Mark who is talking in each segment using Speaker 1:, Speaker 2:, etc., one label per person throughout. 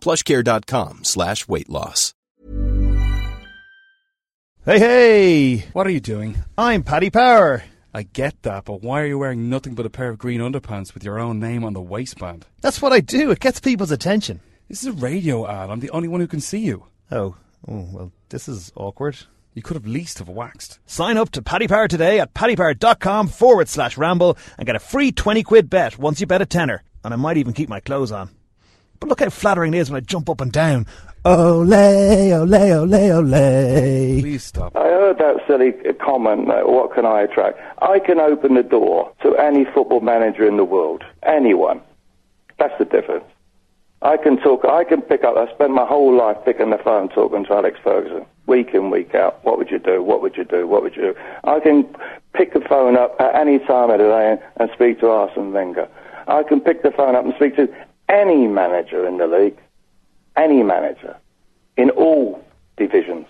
Speaker 1: Plushcare.com slash weight loss.
Speaker 2: Hey, hey!
Speaker 3: What are you doing?
Speaker 2: I'm Paddy Power.
Speaker 3: I get that, but why are you wearing nothing but a pair of green underpants with your own name on the waistband?
Speaker 2: That's what I do. It gets people's attention.
Speaker 3: This is a radio ad. I'm the only one who can see you.
Speaker 2: Oh, oh well, this is awkward.
Speaker 3: You could have least have waxed.
Speaker 2: Sign up to Paddy Power today at paddypower.com forward slash ramble and get a free 20 quid bet once you bet a tenner. And I might even keep my clothes on. But look how flattering it is when I jump up and down. Ole, ole, ole, ole.
Speaker 3: Please stop.
Speaker 4: I heard that silly comment, uh, what can I attract? I can open the door to any football manager in the world. Anyone. That's the difference. I can talk, I can pick up, I spend my whole life picking the phone talking to Alex Ferguson. Week in, week out. What would you do? What would you do? What would you do? I can pick the phone up at any time of the day and, and speak to Arsene Wenger. I can pick the phone up and speak to any manager in the league. Any manager. In all divisions.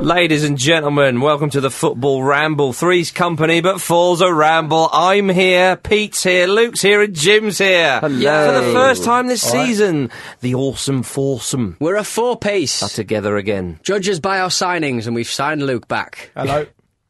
Speaker 5: Ladies and gentlemen, welcome to the Football Ramble. Three's company, but four's a ramble. I'm here, Pete's here, Luke's here, and Jim's here.
Speaker 6: Hello.
Speaker 5: For the first time this season, the awesome foursome
Speaker 6: We're a four
Speaker 5: are
Speaker 6: piece.
Speaker 5: together again.
Speaker 6: Judge us by our signings, and we've signed Luke back.
Speaker 7: Hello,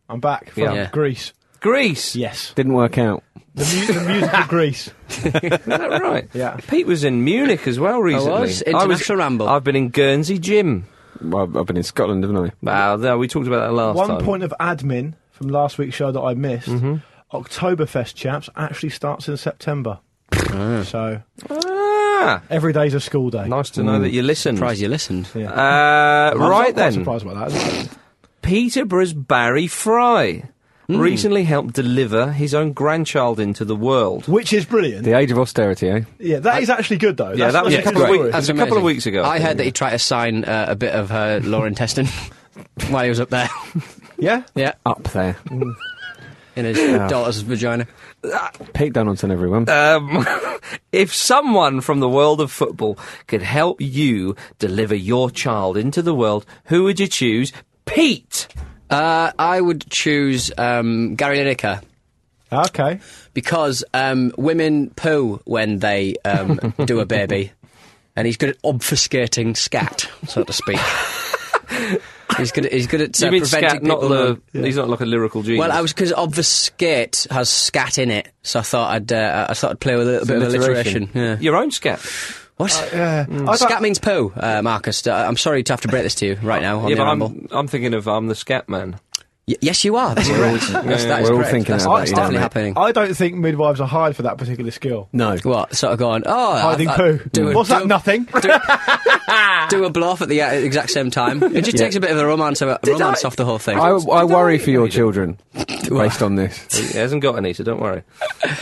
Speaker 7: I'm back from
Speaker 6: Yeah.
Speaker 7: Greece.
Speaker 5: Greece.
Speaker 7: Yes,
Speaker 8: Didn't work out.
Speaker 7: the, mu- the musical Greece.
Speaker 5: Is that right?
Speaker 7: Yeah.
Speaker 5: Pete was in Munich as well recently.
Speaker 6: was. International ramble.
Speaker 5: I've been in Guernsey, Jim.
Speaker 8: Well, I've- I've been in Scotland, haven't I?
Speaker 5: Wow, there, we talked about that last
Speaker 7: One
Speaker 5: time.
Speaker 7: point of admin from last week's show that I missed. Oktoberfest, chaps, actually starts in September. so
Speaker 5: Ah,
Speaker 7: every day's a school day.
Speaker 5: nice to
Speaker 6: Hmm.
Speaker 5: know that you listened.
Speaker 6: Surprised you listened.
Speaker 7: Yeah.
Speaker 5: Uh,
Speaker 7: I'm not
Speaker 5: right
Speaker 7: quite
Speaker 5: then.
Speaker 7: surprised about that.
Speaker 5: Peterborough's Barry Fry
Speaker 6: Hmm.
Speaker 5: recently helped deliver his own grandchild into the world.
Speaker 7: Which is brilliant.
Speaker 8: The age of austerity, eh?
Speaker 7: Yeah, that is actually good though.
Speaker 5: Yeah,
Speaker 7: That's-
Speaker 5: that was
Speaker 7: that's
Speaker 5: a
Speaker 7: a
Speaker 5: couple
Speaker 7: good
Speaker 5: of
Speaker 7: story.
Speaker 5: weeks- That's a couple of
Speaker 6: amazing.
Speaker 5: weeks ago.
Speaker 6: I heard that he tried to sign uh, a bit of her law and intestine while he was up there.
Speaker 7: Yeah,
Speaker 6: yeah, Mm.
Speaker 8: Up there.
Speaker 6: in his daughter's vagina.
Speaker 8: Pete Donaldson, everyone.
Speaker 5: Um, if someone from the world of football could help you deliver your child into the world, who would you choose? Pete!
Speaker 6: Uh, I would choose um, Gary Lineker
Speaker 7: Ah, okay.
Speaker 6: because um, women poo when they um, do a baby, and he's good at obfuscating scat, so to speak. he's good. At, he's good at uh,
Speaker 5: you mean
Speaker 6: preventing
Speaker 5: scat, not
Speaker 6: people
Speaker 5: the,
Speaker 6: from-
Speaker 5: he's not like a lyrical genius.
Speaker 6: Well, I was because obfuscate has scat in it, so I thought I'd uh, I thought I'd play with a little bit of alliteration. Yeah.
Speaker 5: Your own scat.
Speaker 6: What?
Speaker 7: Yeah, Uh, I
Speaker 6: Scat
Speaker 7: thought-
Speaker 6: means poo, uh, Marcus. Uh, I'm sorry to have to break this to you right now on
Speaker 5: yeah,
Speaker 6: the
Speaker 5: but
Speaker 6: ramble.
Speaker 5: I'm, I'm thinking of I'm the scat man.
Speaker 6: Y- yes, you are. That's correct. That's, that is
Speaker 8: We're all
Speaker 6: correct.
Speaker 8: thinking
Speaker 6: that's,
Speaker 8: about
Speaker 6: that's
Speaker 8: you,
Speaker 6: definitely
Speaker 8: aren't we?
Speaker 6: happening.
Speaker 7: I don't think midwives are hired for that particular skill.
Speaker 8: no.
Speaker 6: what? Sort of going. Oh, I-
Speaker 7: Hiding
Speaker 6: I-
Speaker 7: poo.
Speaker 6: Do a,
Speaker 7: What's
Speaker 6: do
Speaker 7: that?
Speaker 6: a-
Speaker 7: Nothing.
Speaker 6: do a bluff at the uh, exact same time. It just takes a bit of a romance, a romance off the whole thing.
Speaker 8: I, I worry
Speaker 5: I-
Speaker 8: for your children based on this.
Speaker 5: He hasn't got any, so don't worry.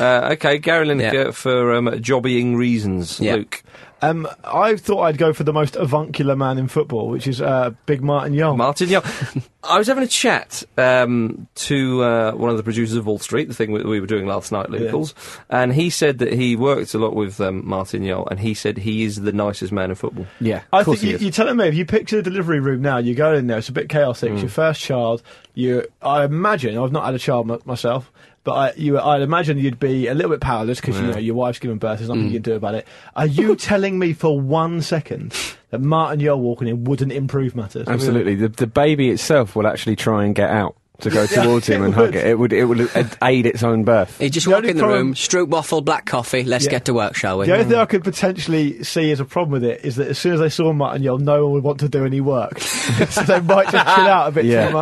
Speaker 5: Uh, okay, Gary Lineker
Speaker 6: Yeah.
Speaker 5: for um, jobbying reasons.
Speaker 6: Yeah.
Speaker 5: Luke.
Speaker 7: Um, I thought I'd go for the most avuncular man in football, which is uh, Big Martin Young.
Speaker 5: Oh, Martin Young. I was having a chat um, to uh, one of the producers of Wall Street, the thing we, we were doing last night, Lucas, and he said that he worked a lot with um, Martin Yol, and he said he is the nicest man in football.
Speaker 8: Yeah,
Speaker 7: I
Speaker 8: of course
Speaker 7: think you,
Speaker 8: he is.
Speaker 7: you're telling me if you picture the delivery room now, you go in there, it's a bit chaotic.
Speaker 8: Mm.
Speaker 7: It's your first child. You, I imagine, I've not had a child m- myself, but I, you, I'd imagine you'd be a little bit powerless because you know your wife's given birth. There's
Speaker 8: Mm.
Speaker 7: nothing you can do about it. Are you telling me for one second that Martin Yole walking in wouldn't improve matters?
Speaker 8: Absolutely. The, the baby itself will actually try and get out. to go towards him and hug it. It would it would aid its own birth.
Speaker 6: He just
Speaker 7: The
Speaker 6: walk
Speaker 7: only
Speaker 6: in the
Speaker 7: problem-
Speaker 6: room, stroop waffle, black coffee. Let's
Speaker 7: Yeah.
Speaker 6: get to work, shall we?
Speaker 7: The only
Speaker 8: Um,
Speaker 7: thing I could potentially see as a problem with it is that as soon as they saw Martin Yell, no one would want to do any work. so they might just chill out a bit
Speaker 8: Yeah. Hmm.
Speaker 7: too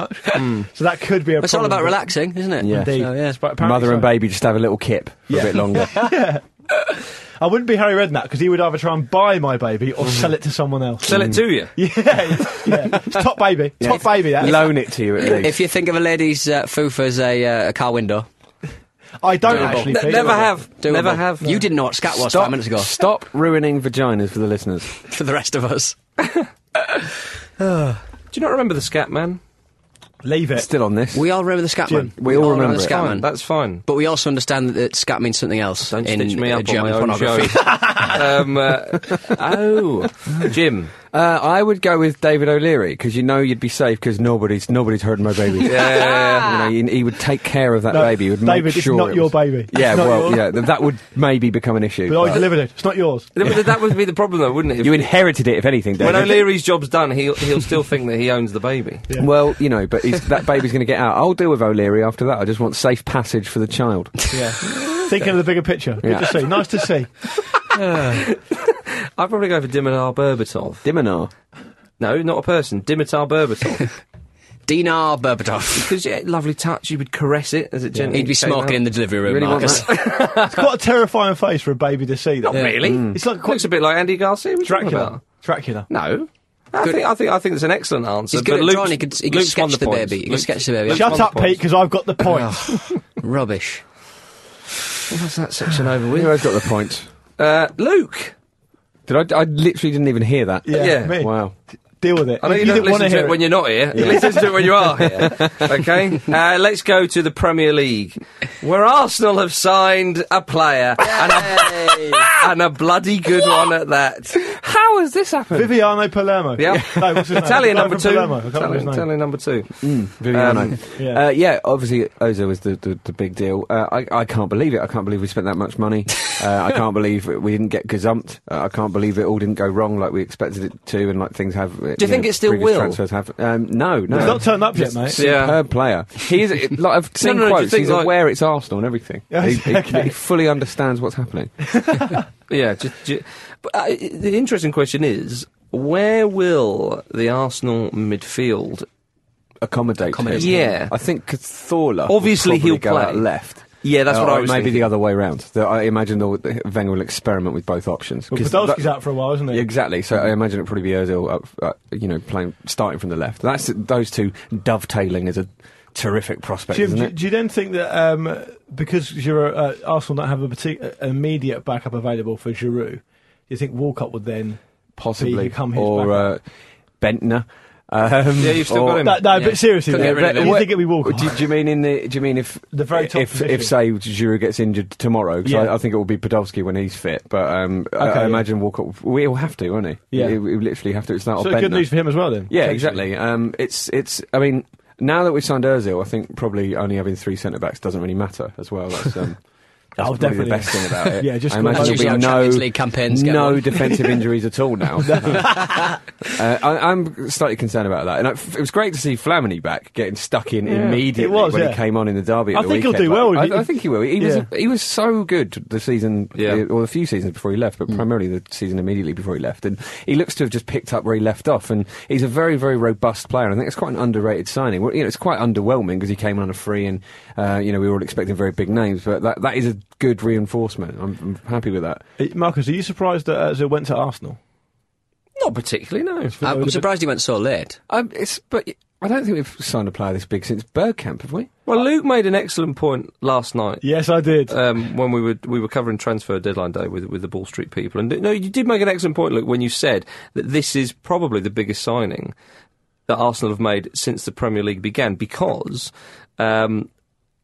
Speaker 7: much. So that could be a
Speaker 6: it's all
Speaker 7: problem.
Speaker 6: about relaxing, isn't it?
Speaker 8: Yeah.
Speaker 7: Indeed.
Speaker 6: So, yeah.
Speaker 7: But apparently
Speaker 8: Mother and
Speaker 7: so.
Speaker 8: baby just have a little kip for
Speaker 7: Yeah.
Speaker 8: a bit longer.
Speaker 7: I wouldn't be Harry Redknapp because he would either try and buy my baby
Speaker 8: Hmm.
Speaker 7: or sell it to someone else.
Speaker 5: Sell it to you.
Speaker 7: yeah, yeah. It's top baby. Top baby, that.
Speaker 8: Loan it to you at least.
Speaker 6: If you think of a lady's uh, foof as a, uh, a car window,
Speaker 7: I don't
Speaker 6: Doable.
Speaker 7: actually.
Speaker 5: Ne-
Speaker 7: Pete.
Speaker 5: never have.
Speaker 6: doable.
Speaker 5: Never have.
Speaker 6: You didn't know what scat was
Speaker 8: Stop-
Speaker 6: five minutes ago.
Speaker 8: Stop ruining vaginas for the listeners.
Speaker 6: For the rest of us,
Speaker 5: Do you not remember the Scat Man?
Speaker 7: Leave it.
Speaker 8: Still on this.
Speaker 6: we all remember the Scatman.
Speaker 8: Jim, we all remember
Speaker 6: the
Speaker 8: it.
Speaker 5: Fine,
Speaker 6: Scatman.
Speaker 5: That's fine.
Speaker 6: But we also understand that scat means something else
Speaker 5: Don't
Speaker 6: in
Speaker 5: stitch me up
Speaker 6: uh,
Speaker 5: on
Speaker 6: German
Speaker 5: my own
Speaker 6: pornography.
Speaker 5: show. um, uh, oh, Jim.
Speaker 8: Uh, I would go with David O'Leary because you know you'd be safe because nobody's nobody's hurting my baby. yeah, you know, he, he would take care of that
Speaker 7: No,
Speaker 8: baby. He would
Speaker 7: David,
Speaker 8: make
Speaker 7: it's
Speaker 8: sure
Speaker 7: not
Speaker 8: it
Speaker 7: your
Speaker 8: was-
Speaker 7: baby.
Speaker 8: Yeah,
Speaker 7: It's not
Speaker 8: well,
Speaker 7: yours.
Speaker 8: yeah, th- that would maybe become an issue.
Speaker 7: But I
Speaker 8: but-
Speaker 7: delivered it. It's not yours.
Speaker 5: That- That would be the problem, though, wouldn't it? If-
Speaker 8: you inherited it, if anything, David.
Speaker 5: when O'Leary's job's done, he'll he'll still think that he owns the baby.
Speaker 7: Yeah.
Speaker 8: Well, you know, but he's, that baby's going to get out. I'll deal with O'Leary after that. I just want safe passage for the child.
Speaker 7: Yeah. Thinking of the bigger picture. Good
Speaker 8: Yeah.
Speaker 7: to see. Nice to see.
Speaker 5: I'd probably go for Dimitar Berbatov.
Speaker 8: Diminar.
Speaker 5: No, not a person. Dimitar Berbatov.
Speaker 6: Dinar Berbatov.
Speaker 5: Because yeah, lovely touch. You would caress it as it gently.
Speaker 6: He'd be
Speaker 5: came
Speaker 6: smoking
Speaker 5: out.
Speaker 6: in the delivery room,
Speaker 8: Really want
Speaker 6: Marcus.
Speaker 7: It's quite a terrifying face for a baby to see. That
Speaker 5: Not really.
Speaker 6: Mm.
Speaker 5: Hmm.
Speaker 7: It's like
Speaker 5: It
Speaker 7: quite
Speaker 5: looks a bit like Andy Garcia. What are you talking
Speaker 7: Dracula. Dracula.
Speaker 5: About? No. I think, I think I think it's an excellent answer.
Speaker 6: He's good
Speaker 5: but
Speaker 6: at
Speaker 5: Luke's-
Speaker 6: drawing, he could- he could
Speaker 5: Luke's won
Speaker 6: sketch the
Speaker 5: point.
Speaker 6: baby, he could
Speaker 5: Luke's-
Speaker 6: sketch the baby.
Speaker 5: Luke's
Speaker 7: Shut
Speaker 5: won the
Speaker 7: up,
Speaker 5: point.
Speaker 7: Pete, because I've got the point.
Speaker 6: Rubbish.
Speaker 5: What's that section over
Speaker 8: Who
Speaker 5: with?
Speaker 8: has got the point?
Speaker 5: Uh, Luke.
Speaker 8: Did I, I literally didn't even hear that.
Speaker 7: yeah,
Speaker 5: Yeah.
Speaker 7: me.
Speaker 8: Wow.
Speaker 7: Deal with it.
Speaker 5: I know you,
Speaker 7: If
Speaker 5: don't
Speaker 7: didn't wanna
Speaker 5: listen to
Speaker 7: hear
Speaker 5: it when you're not here. You listen to it when you are here. Okay? Uh, let's go to the Premier League, where Arsenal have signed a player, and a, and a bloody good one at that.
Speaker 8: How has this happened?
Speaker 7: Viviano Palermo.
Speaker 5: Yeah.
Speaker 7: No, what's his name?
Speaker 5: Italian
Speaker 7: The guy
Speaker 5: number
Speaker 7: from
Speaker 5: two.
Speaker 7: Palermo. I can't remember his
Speaker 5: Italian,
Speaker 7: name.
Speaker 5: Italian number two. Um,
Speaker 8: Viviano.
Speaker 7: yeah.
Speaker 8: yeah. Mm, Uh, yeah, obviously Oza was the, the, the big deal. Uh, I, I can't believe it. I can't believe we spent that much money. Uh, I can't believe it- we didn't get gazumped. Uh, I can't believe it all didn't go wrong like we expected it to and like things have. Do you,
Speaker 5: think
Speaker 8: know,
Speaker 5: it still
Speaker 8: previous
Speaker 5: will?
Speaker 8: Transfers have. Um, no, no.
Speaker 7: He's not turned up yet, mate.
Speaker 5: Yeah.
Speaker 8: Superb player. He is, it- like, I've seen
Speaker 5: no, do you
Speaker 8: quotes,
Speaker 5: think,
Speaker 8: he's
Speaker 5: like-
Speaker 8: aware it's Arsenal and everything. He, he-
Speaker 7: Okay.
Speaker 8: he fully understands what's happening.
Speaker 5: Yeah. Just, ju- but, uh, the interesting question is where will the Arsenal midfield.
Speaker 8: Accommodate.
Speaker 5: Accommodate.
Speaker 8: him.
Speaker 5: Yeah.
Speaker 8: I think Cthulhu
Speaker 5: Obviously
Speaker 8: will probably
Speaker 5: he'll
Speaker 8: go
Speaker 5: play.
Speaker 8: out left.
Speaker 5: Yeah, that's
Speaker 8: Uh,
Speaker 5: what I
Speaker 8: or
Speaker 5: was
Speaker 8: Maybe
Speaker 5: thinking.
Speaker 8: the other way round. The- I imagine they'll- the, Wenger will experiment with both options.
Speaker 7: Well,
Speaker 8: 'Cause
Speaker 7: Podolski's
Speaker 8: that-
Speaker 7: out for a while, isn't he?
Speaker 8: Exactly. So I imagine it'd probably be Ozil, up, uh, you know, playing starting from the left. That's those two dovetailing is a terrific prospect,
Speaker 7: Jim,
Speaker 8: isn't
Speaker 7: do,
Speaker 8: it?
Speaker 7: do you then think that um, because Giroud, uh, Arsenal don't have a partic- an immediate backup available for Giroud, do you think Walcott would then
Speaker 8: Possibly,
Speaker 7: become his
Speaker 8: or
Speaker 7: backup?
Speaker 8: uh, Bentner. Um,
Speaker 5: Yeah, you've still
Speaker 8: or-
Speaker 5: got him.
Speaker 7: No, uh, no,
Speaker 6: Yeah.
Speaker 7: but seriously,
Speaker 6: Couldn't
Speaker 7: though,
Speaker 6: get rid of
Speaker 7: do
Speaker 6: him.
Speaker 7: you think it'd be Walcott?
Speaker 8: Do, do you mean in the? Do you mean if
Speaker 7: The very top
Speaker 8: if,
Speaker 7: position.
Speaker 8: if say Giroud gets injured tomorrow? 'cause
Speaker 7: Yeah.
Speaker 8: I, I think it will be Podolski when he's fit, but um, I-
Speaker 7: Okay,
Speaker 8: I,
Speaker 7: yeah.
Speaker 8: imagine Walcott. We'll have to, won't he?
Speaker 7: Yeah.
Speaker 8: we, we literally have to. It's not
Speaker 7: so good news for him as well, then.
Speaker 8: Oh, Yeah,
Speaker 7: potentially.
Speaker 8: exactly. Um, it's it's. I mean, now that we've signed Özil, I think probably only having three centre backs doesn't really matter as well. That's, um, that's
Speaker 7: Oh,
Speaker 8: probably the
Speaker 7: definitely.
Speaker 8: best thing about it.
Speaker 7: Yeah, just
Speaker 8: I
Speaker 7: go
Speaker 8: imagine
Speaker 7: on.
Speaker 8: there'll be
Speaker 6: Usually our
Speaker 8: no
Speaker 6: Champions League campaigns get
Speaker 8: no
Speaker 6: one.
Speaker 8: defensive injuries at all now. uh, I, I'm slightly concerned about that, and I, it was great to see Flamini back getting stuck in immediately
Speaker 7: It was,
Speaker 8: when
Speaker 7: yeah.
Speaker 8: he came on in the derby. at
Speaker 7: I
Speaker 8: the
Speaker 7: think he'll
Speaker 8: weekend.
Speaker 7: do well
Speaker 8: Like,
Speaker 7: if he-
Speaker 8: I, I think he will. He
Speaker 7: Yeah.
Speaker 8: was he was so good the season
Speaker 5: Yeah.
Speaker 8: the- or a few seasons before he left, but primarily the season immediately before he left. And he looks to have just picked up where he left off. And he's a very, very robust player. And I think it's quite an underrated signing. Well, you know, it's quite underwhelming because he came on a free, and uh, you know we were all expecting very big names. But that, that is a good reinforcement. I'm, I'm happy with that.
Speaker 7: Uh, Marcus, are you surprised that Ozil went to Arsenal?
Speaker 5: Not particularly, no.
Speaker 6: I'm surprised he went so late.
Speaker 8: Um, it's but I don't think we've signed a player this big since Bergkamp, have we?
Speaker 5: Well, Luke made an excellent point last night.
Speaker 7: Yes, I did.
Speaker 5: um, when we were we were covering transfer deadline day with with the Ball Street people, and no, you did make an excellent point, Luke, when you said that this is probably the biggest signing that Arsenal have made since the Premier League began, because. Um,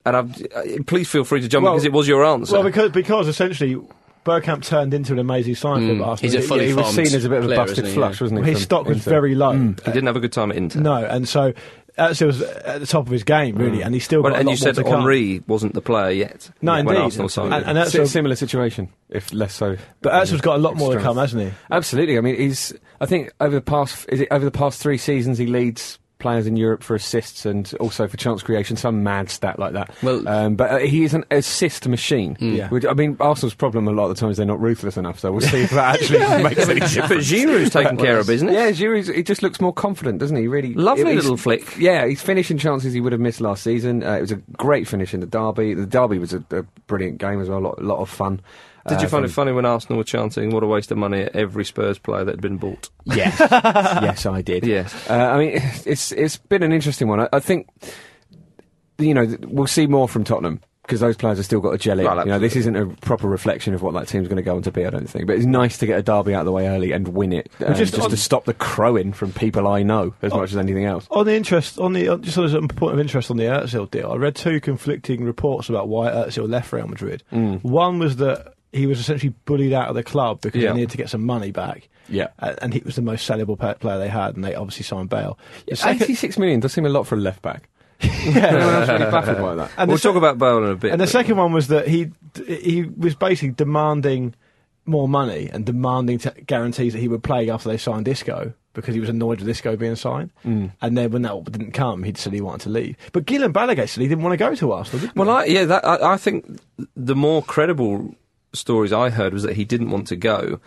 Speaker 5: and I've, uh, please feel free to jump in
Speaker 7: Well-
Speaker 5: because it was your answer.
Speaker 7: well, because, because essentially, Burkamp turned into an amazing sign for Arsenal.
Speaker 6: He's a fully
Speaker 8: he was
Speaker 6: formed
Speaker 8: seen as a bit of a
Speaker 6: player,
Speaker 8: busted
Speaker 6: isn't he?
Speaker 8: flush, wasn't he?
Speaker 7: His
Speaker 8: from
Speaker 7: stock was
Speaker 8: Inter?
Speaker 7: very low.
Speaker 5: he didn't have a good time at Inter.
Speaker 7: No, and so Ozil was at the top of his game, really, and he still
Speaker 5: Mm. Well,
Speaker 7: got a
Speaker 5: and
Speaker 7: lot
Speaker 5: you said
Speaker 7: more to come.
Speaker 5: Henri wasn't the player yet.
Speaker 7: No,
Speaker 5: when
Speaker 7: indeed.
Speaker 5: Arsenal signed
Speaker 7: And-
Speaker 5: him.
Speaker 7: and that's
Speaker 8: Si-
Speaker 7: a-
Speaker 8: similar situation, if less so.
Speaker 7: But Ozil's got a lot more to
Speaker 8: Strength.
Speaker 7: come, hasn't he?
Speaker 8: Absolutely. I mean, he's. I think over the past is it over the past three seasons he leads players in Europe for assists and also for chance creation, some mad stat like that.
Speaker 6: Well-
Speaker 8: um, but uh, he is an assist machine.
Speaker 7: Yeah.
Speaker 8: Which, I mean, Arsenal's problem a lot of the time is they're not ruthless enough. So we'll see if that actually makes any
Speaker 5: But
Speaker 8: difference.
Speaker 5: Giroud's taken care of, isn't it?
Speaker 8: Yeah, Giroud. He just looks more confident, doesn't he? Really
Speaker 5: Lovely
Speaker 8: he's-
Speaker 5: little flick.
Speaker 8: Yeah, he's finishing chances he would have missed last season. Uh, it was a great finish in the derby. The derby was a, a brilliant game as well. A lot, lot of fun.
Speaker 5: Did
Speaker 8: Uh,
Speaker 5: you find it
Speaker 8: from-
Speaker 5: funny when Arsenal were chanting, what a waste of money at every Spurs player that had been bought?
Speaker 8: Yes, yes, I did.
Speaker 5: Yes.
Speaker 8: Uh, I mean, it's it's been an interesting one. I, I think you know th- we'll see more from Tottenham because those players have still got a jelly.
Speaker 5: Well,
Speaker 8: you know, this isn't a proper reflection of what that team's going to go on to be. I don't think, but it's nice to get a derby out of the way early and win it, um,
Speaker 7: just
Speaker 8: just,
Speaker 7: on-
Speaker 8: to stop the crowing from people I know as
Speaker 5: Oh.
Speaker 8: much as anything else.
Speaker 7: On the interest, on the on- just as a point of interest on the Ertzil deal, I read two conflicting reports about why Ertzil left Real Madrid.
Speaker 5: Mm.
Speaker 7: One was that he was essentially bullied out of the club because
Speaker 5: Yeah.
Speaker 7: he needed to get some money back.
Speaker 8: Yeah.
Speaker 7: A- and he was the most sellable pe- player they had, and they obviously signed Bale. The second-
Speaker 8: Eighty-six million does seem a lot for a left back. yeah, I was really baffled by that.
Speaker 7: and the
Speaker 5: we'll
Speaker 7: se-
Speaker 5: talk about Bale in a bit.
Speaker 7: And the
Speaker 5: but-
Speaker 7: second one was that he he was basically demanding more money and demanding t- guarantees that he would play after they signed Disco because he was annoyed with Disco being signed.
Speaker 5: Mm.
Speaker 7: And then when that didn't come, he said he wanted to leave. But Gillan Balagay said he didn't want to go to Arsenal. Didn't
Speaker 5: Well,
Speaker 7: he?
Speaker 5: I, yeah, that, I, I think the more credible stories I heard was that he didn't want to go.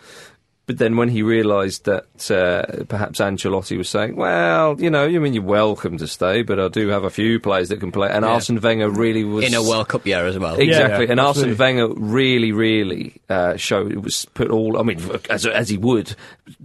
Speaker 5: But then when he realised that uh, perhaps Ancelotti was saying, well, you know, you mean you're welcome to stay, but I do have a few players that can play. And Arsene Wenger really was...
Speaker 6: in a World Cup year as well.
Speaker 5: Exactly,
Speaker 7: Yeah,
Speaker 5: and Arsene
Speaker 7: absolutely.
Speaker 5: Wenger really, really uh, showed it was put all. I mean, as as he would,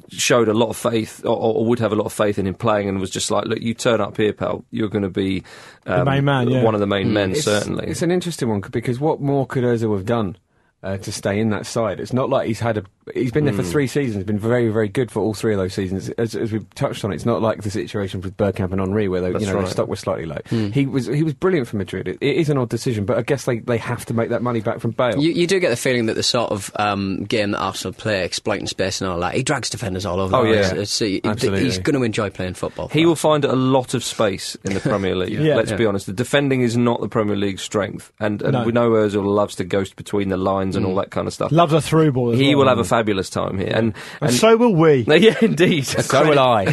Speaker 5: showed a lot of faith, or, or would have a lot of faith in him playing, and was just like, "Look, you turn up here, pal. You're going to be um,
Speaker 7: main man, yeah.
Speaker 5: one of the main men,
Speaker 8: Hmm. It's-
Speaker 5: certainly."
Speaker 8: It's an interesting one c- because what more could Ozil have done uh, to stay in that side? It's not like he's had a. He's been there
Speaker 5: Hmm.
Speaker 8: for three seasons, been very, very good for all three of those seasons. As, as we've touched on, it's not like the situation with Bergkamp and Henri where they, you
Speaker 5: That's
Speaker 8: know,
Speaker 5: right. Hmm.
Speaker 8: their stock was slightly low. He was he was brilliant for Madrid. It, it is an odd decision, but I guess they, they have to make that money back from Bale.
Speaker 6: You, you do get the feeling that the sort of um, game that Arsenal play, exploiting space and all that, he drags defenders all over.
Speaker 5: Oh,
Speaker 6: the
Speaker 5: yeah.
Speaker 6: place. It's- he-
Speaker 8: Absolutely.
Speaker 6: he's going to enjoy playing football.
Speaker 5: He will find a lot of space in the Premier League.
Speaker 7: Yeah.
Speaker 5: Let's
Speaker 7: Yeah.
Speaker 5: be honest. The defending is not the Premier League's strength, and, and
Speaker 7: No. Mm.
Speaker 5: we know Özil loves to ghost between the lines and all that kind of stuff.
Speaker 7: Loves a through ball. as
Speaker 5: he
Speaker 7: well.
Speaker 5: will have a fabulous time here, and,
Speaker 7: And, so will we.
Speaker 5: yeah, indeed.
Speaker 8: so will I.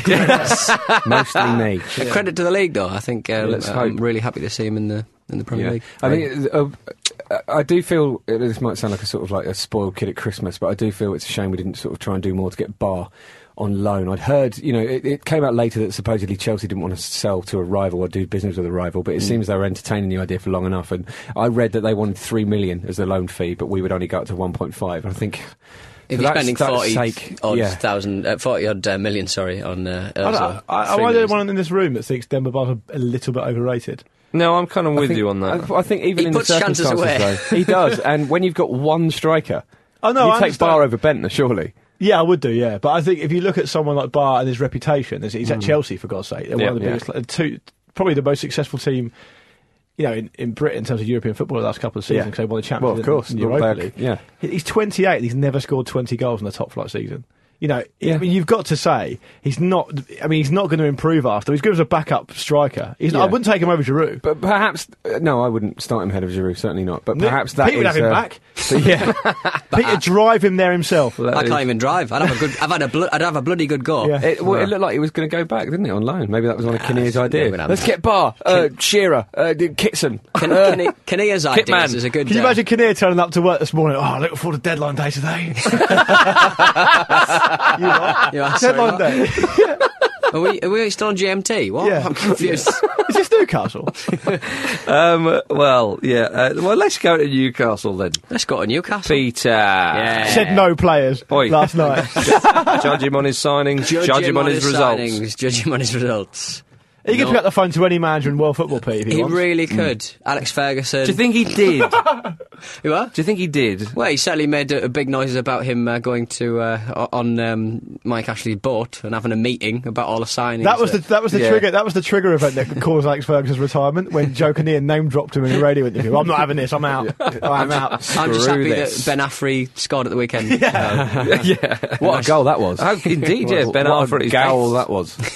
Speaker 8: Mostly me.
Speaker 6: A Credit to the league, though. I think um,
Speaker 8: let's
Speaker 6: I'm
Speaker 8: hope.
Speaker 6: really happy to see him in the in the Premier
Speaker 8: Yeah.
Speaker 6: League.
Speaker 8: I think uh, uh, I do feel uh, this might sound like a sort of like a spoiled kid at Christmas, but I do feel it's a shame we didn't sort of try and do more to get Bar on loan. I'd heard, you know, it, it came out later that supposedly Chelsea didn't want to sell to a rival or do business with a rival, but it
Speaker 7: Mm.
Speaker 8: seems they were entertaining the idea for long enough. And I read that they wanted three million as the loan fee, but we would only go up to one point five. I think.
Speaker 6: If
Speaker 8: for
Speaker 6: you're
Speaker 8: that-
Speaker 6: spending
Speaker 8: that
Speaker 6: forty
Speaker 8: sake,
Speaker 6: odd
Speaker 8: yeah.
Speaker 6: thousand, uh, forty odd uh, million, sorry, on uh,
Speaker 7: I,
Speaker 6: Ozil,
Speaker 7: don't- I, I,
Speaker 6: three
Speaker 7: am I the
Speaker 6: million.
Speaker 7: only one in this room that thinks Denver Bar's a little bit overrated.
Speaker 5: No, I'm kind of
Speaker 8: I
Speaker 5: with
Speaker 8: think-
Speaker 5: you on that.
Speaker 8: I, I think even
Speaker 6: He
Speaker 8: in
Speaker 6: puts
Speaker 8: the
Speaker 6: chances
Speaker 8: circumstances,
Speaker 6: away.
Speaker 8: though, he does. And when you've got one striker,
Speaker 7: Oh, no,
Speaker 8: you
Speaker 7: I
Speaker 8: take
Speaker 7: understand.
Speaker 8: Bar over Bentner, surely.
Speaker 7: Yeah, I would do. Yeah, but I think if you look at someone like Barr and his reputation, there's- he's at
Speaker 8: Mm.
Speaker 7: Chelsea for God's sake. They're
Speaker 5: Yeah,
Speaker 7: one of the
Speaker 5: yeah.
Speaker 7: biggest, uh, two, probably the most successful team, you know, in, in Britain in terms of European football the last couple of seasons.
Speaker 8: Yeah.
Speaker 7: because They won the
Speaker 8: Well,
Speaker 7: Champions.
Speaker 8: of course,
Speaker 7: and
Speaker 8: not
Speaker 7: Europa
Speaker 8: bad.
Speaker 7: League.
Speaker 8: Yeah.
Speaker 7: He- he's 28. and He's never scored 20 goals in the top flight season. You know, I
Speaker 8: Yeah.
Speaker 7: mean, you've got to say he's not. I mean, he's not going to improve after. He's good as a backup striker. He's not, I
Speaker 8: Yeah.
Speaker 7: wouldn't take him over Giroud.
Speaker 8: But perhaps uh, no, I wouldn't start him ahead of Giroud. Certainly not. But
Speaker 7: No,
Speaker 8: perhaps that
Speaker 7: Pete would
Speaker 8: is,
Speaker 7: have him
Speaker 8: uh,
Speaker 7: back.
Speaker 8: so, yeah,
Speaker 7: Peter drive him there himself.
Speaker 5: That
Speaker 6: I
Speaker 5: is-
Speaker 6: can't even drive. I'd have a good. I've had a. Blo- I'd have a bloody good goal.
Speaker 7: Yeah.
Speaker 8: it, well, it looked like he was going to go back, didn't it? On loan. Maybe that was
Speaker 5: Ah,
Speaker 8: one of Kinnear's
Speaker 6: no,
Speaker 8: ideas.
Speaker 6: we'd have-
Speaker 8: Let's get Barr, uh, Shearer, uh, d- Kitson.
Speaker 6: Can, can, he- can he has ideas
Speaker 5: Kitman.
Speaker 6: is a good.
Speaker 7: Can you
Speaker 6: uh,
Speaker 7: imagine Kinnear turning up to work this morning? Oh, I look forward to deadline day today. you are.
Speaker 6: you know, sorry,
Speaker 7: Deadline
Speaker 6: what-
Speaker 7: day.
Speaker 6: Are we, are we still on GMT? What?
Speaker 7: Yeah.
Speaker 6: I'm confused.
Speaker 7: Is this Newcastle?
Speaker 5: Um, well, yeah. Uh, well, let's go to Newcastle then.
Speaker 6: Let's go to Newcastle.
Speaker 5: Peter.
Speaker 8: Ah.
Speaker 6: Yeah.
Speaker 7: Said no players
Speaker 5: Oi.
Speaker 7: last night.
Speaker 5: Judge him on his signings. Judge, him on his, results.
Speaker 6: signings, Judge him on his results.
Speaker 7: he could
Speaker 6: No.
Speaker 7: pick up the phone to any manager in world football, Pete. If he,
Speaker 6: He
Speaker 7: wants.
Speaker 6: really could. Alex Ferguson.
Speaker 5: Hmm. Do you think he did? Do
Speaker 6: Who are?
Speaker 5: you think he did?
Speaker 6: Well, he certainly made uh, big noises about him uh, going to uh, o- on um, Mike Ashley's boat and having a meeting about all the signings.
Speaker 7: That was the that was the
Speaker 5: Yeah.
Speaker 7: trigger that was the trigger event that caused Alex Ferguson's retirement when Joe Kinnear name dropped him in a radio interview. I'm not having this. I'm out. I'm out.
Speaker 6: I'm just
Speaker 8: Screw
Speaker 6: happy
Speaker 8: this.
Speaker 6: that Ben Affrey scored at the weekend. yeah.
Speaker 8: What a goal that was!
Speaker 5: Oh, indeed, yeah. Ben
Speaker 8: what
Speaker 5: Arthur at
Speaker 8: a
Speaker 5: his
Speaker 8: goal
Speaker 5: best.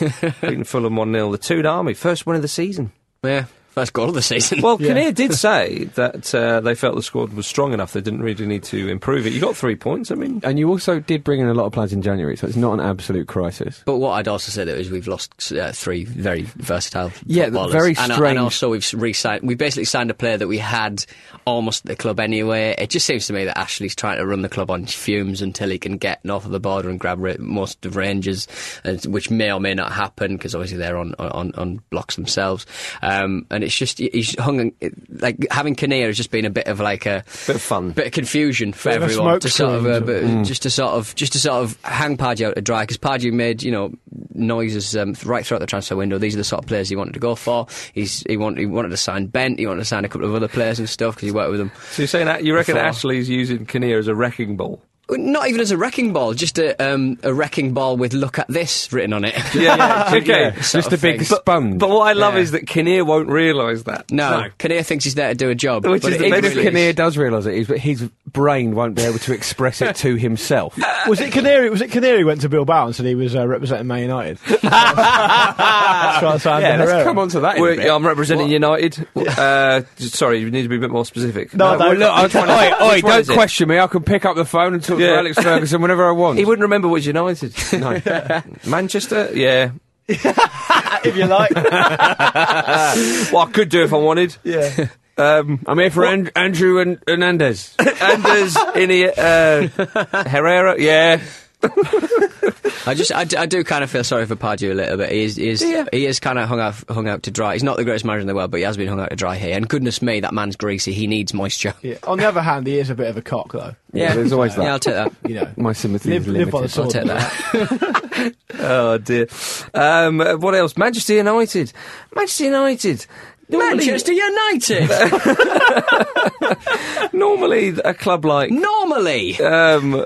Speaker 8: that was.
Speaker 5: Beating Fulham 1 0. The Toon Army. First win of the season.
Speaker 6: yeah. first goal of the season.
Speaker 5: Well, Kinnear did say that uh, they felt the squad was strong enough. They didn't really need to improve it. You got three points. I mean,
Speaker 8: And you also did bring in a lot of players in January, so it's not an absolute crisis.
Speaker 6: But what I'd also say though is we've lost uh, three very versatile
Speaker 8: Yeah, the
Speaker 6: footballers.
Speaker 8: very
Speaker 6: and,
Speaker 8: strange-
Speaker 6: and also we've re-signed. We basically signed a player that we had almost at the club anyway. It just seems to me that Ashley's trying to run the club on fumes until he can get north of the border and grab ra- most of Rangers, and, which may or may not happen because obviously they're on, on, on blocks themselves. Um, and it's just he's hung on- like having Kinnear has just been a bit of like a
Speaker 5: bit of fun.
Speaker 6: bit of confusion for
Speaker 7: Bit of a
Speaker 6: everyone
Speaker 7: smoke
Speaker 6: to sort of, uh,
Speaker 7: screen.
Speaker 6: but
Speaker 5: Mm.
Speaker 6: just to sort of just to sort of hang Pardew out to dry because Pardew made you know noises um, right throughout the transfer window. These are the sort of players he wanted to go for. He's he wanted he wanted to sign Bent. He wanted to sign a couple of other players and stuff because he worked with them.
Speaker 5: So you're saying that you reckon
Speaker 6: Before.
Speaker 5: Ashley's using Kinnear as a wrecking ball?
Speaker 6: Not even as a wrecking ball, just a um, a wrecking ball with "Look at this" written on it.
Speaker 5: okay.
Speaker 6: Sort of
Speaker 8: Just a big
Speaker 6: thing.
Speaker 8: sponge.
Speaker 5: But what I love
Speaker 6: Yeah.
Speaker 5: is that Kinnear won't realise that.
Speaker 6: No, Kinnear thinks he's there to do a job.
Speaker 5: Which
Speaker 6: but
Speaker 5: is
Speaker 6: it
Speaker 5: the
Speaker 8: Even if
Speaker 5: Really?
Speaker 8: Kinnear does realise it, he's- his brain won't be able to express it to himself.
Speaker 7: Was it Canary? Was it Canary went to Bilbao and said he was uh, representing Man United? that's right, so
Speaker 8: yeah, let's come on to that. in a
Speaker 5: We're-
Speaker 8: bit.
Speaker 5: yeah, I'm representing United. Uh, j- sorry, you need to be a bit more specific. Uh,
Speaker 7: No,
Speaker 8: Well,
Speaker 7: don't-
Speaker 8: look, I'll try-
Speaker 5: Which
Speaker 8: oi, oi,
Speaker 5: one
Speaker 8: don't
Speaker 5: is it?
Speaker 8: question me. I can pick up the phone and talk
Speaker 5: Yeah.
Speaker 8: to Alex Ferguson whenever I want.
Speaker 5: He wouldn't remember which United. No. Manchester? Yeah.
Speaker 7: if you like.
Speaker 5: Well, I could do if I wanted.
Speaker 7: yeah.
Speaker 5: Um,
Speaker 8: I'm here for An- Andrew and Hernandez.
Speaker 5: Anders, Inia, uh, Herrera? Yeah.
Speaker 6: I just, I, d- I do kind of feel sorry for Pardew a little bit. He is, he is,
Speaker 5: Yeah.
Speaker 6: he is kind of hung out, hung out to dry. He's not the greatest manager in the world, but he has been hung out to dry here. And goodness me, that man's greasy. He needs moisture.
Speaker 7: yeah. On the other hand, he is a bit of a cock, though.
Speaker 8: Yeah, there's always that.
Speaker 6: Yeah, I'll take that.
Speaker 7: You know,
Speaker 8: My sympathy
Speaker 7: live,
Speaker 8: is
Speaker 7: live by the
Speaker 8: limited.
Speaker 6: I'll
Speaker 7: sword.
Speaker 6: take that.
Speaker 5: Oh, dear. Um, uh, what else? Manchester United. Manchester United. Normally-
Speaker 6: Manchester United.
Speaker 5: Normally, a club like.
Speaker 6: Normally,
Speaker 5: Um,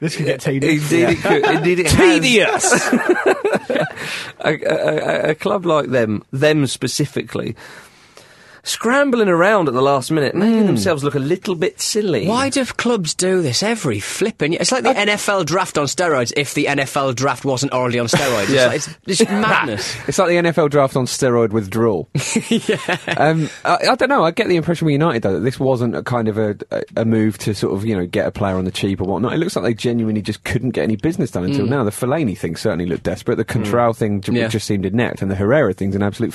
Speaker 7: This could get tedious.
Speaker 5: indeed, it could, indeed it has. a, a, a- a club like them, them specifically, scrambling around at the last minute, making themselves look a little bit silly.
Speaker 6: why do clubs do this every flipping? year? It's
Speaker 8: Uh,
Speaker 6: like the NFL draft on steroids. If the NFL draft wasn't already on steroids,
Speaker 5: Yeah.
Speaker 6: it's, like, it's, it's madness.
Speaker 8: It's like the NFL draft on steroid withdrawal. um, I, I don't know. I get the impression with United though that this wasn't a kind of a, a, a move to sort of you know get a player on the cheap or whatnot. It looks like they genuinely just couldn't get any business done
Speaker 7: Mm.
Speaker 8: until now. The Fellaini thing certainly looked desperate. The Contral thing ju-
Speaker 6: Yeah.
Speaker 8: just seemed inept, and the Herrera thing's an absolute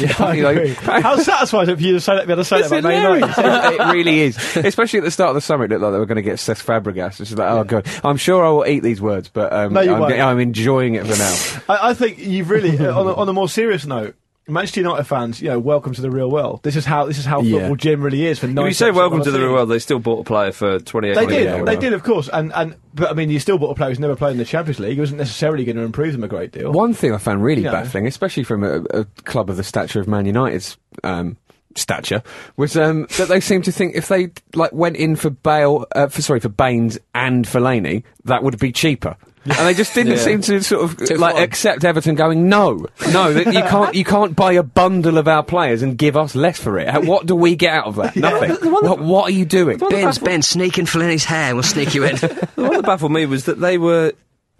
Speaker 7: Yeah, I
Speaker 8: You know,
Speaker 7: agree. How satisfying for you to say that, be able to say that about Man United.
Speaker 8: it really is. Especially at the start of the summer, it looked like they were going to get Cesc Fabregas. It's just like, oh god, I'm sure I will eat these words, but um,
Speaker 7: No, you
Speaker 8: I'm,
Speaker 7: won't.
Speaker 8: I'm enjoying it for now.
Speaker 7: I, I think you've really, uh, on, a, on a more serious note, Manchester United fans, you know, welcome to the real world. This is how this is how
Speaker 8: Yeah.
Speaker 7: football generally is for.
Speaker 5: If you say welcome to the real world, they still bought a player for 28
Speaker 7: They
Speaker 5: million
Speaker 7: did,
Speaker 8: Yeah,
Speaker 5: euros.
Speaker 7: they
Speaker 8: well.
Speaker 7: did, of course. And and but I mean, you still bought a player who's never played in the Champions League. It wasn't necessarily going to improve them a great deal.
Speaker 8: One thing I found really
Speaker 7: Yeah.
Speaker 8: baffling, especially from a, a club of the stature of Man United's um, stature, was um, that they seemed to think if they like went in for Bale, uh, for sorry, for Baines and Fellaini, that would be cheaper. And they just didn't seem to sort of
Speaker 6: Too
Speaker 8: like
Speaker 6: far.
Speaker 8: accept Everton going no, no that you can't you can't buy a bundle of our players and give us less for it. How- What do we get out of that? Nothing. What, what are you doing?
Speaker 6: Ben's Ben sneaking Fellaini's hair. We'll sneak you in.
Speaker 5: The one that baffled me was that they were.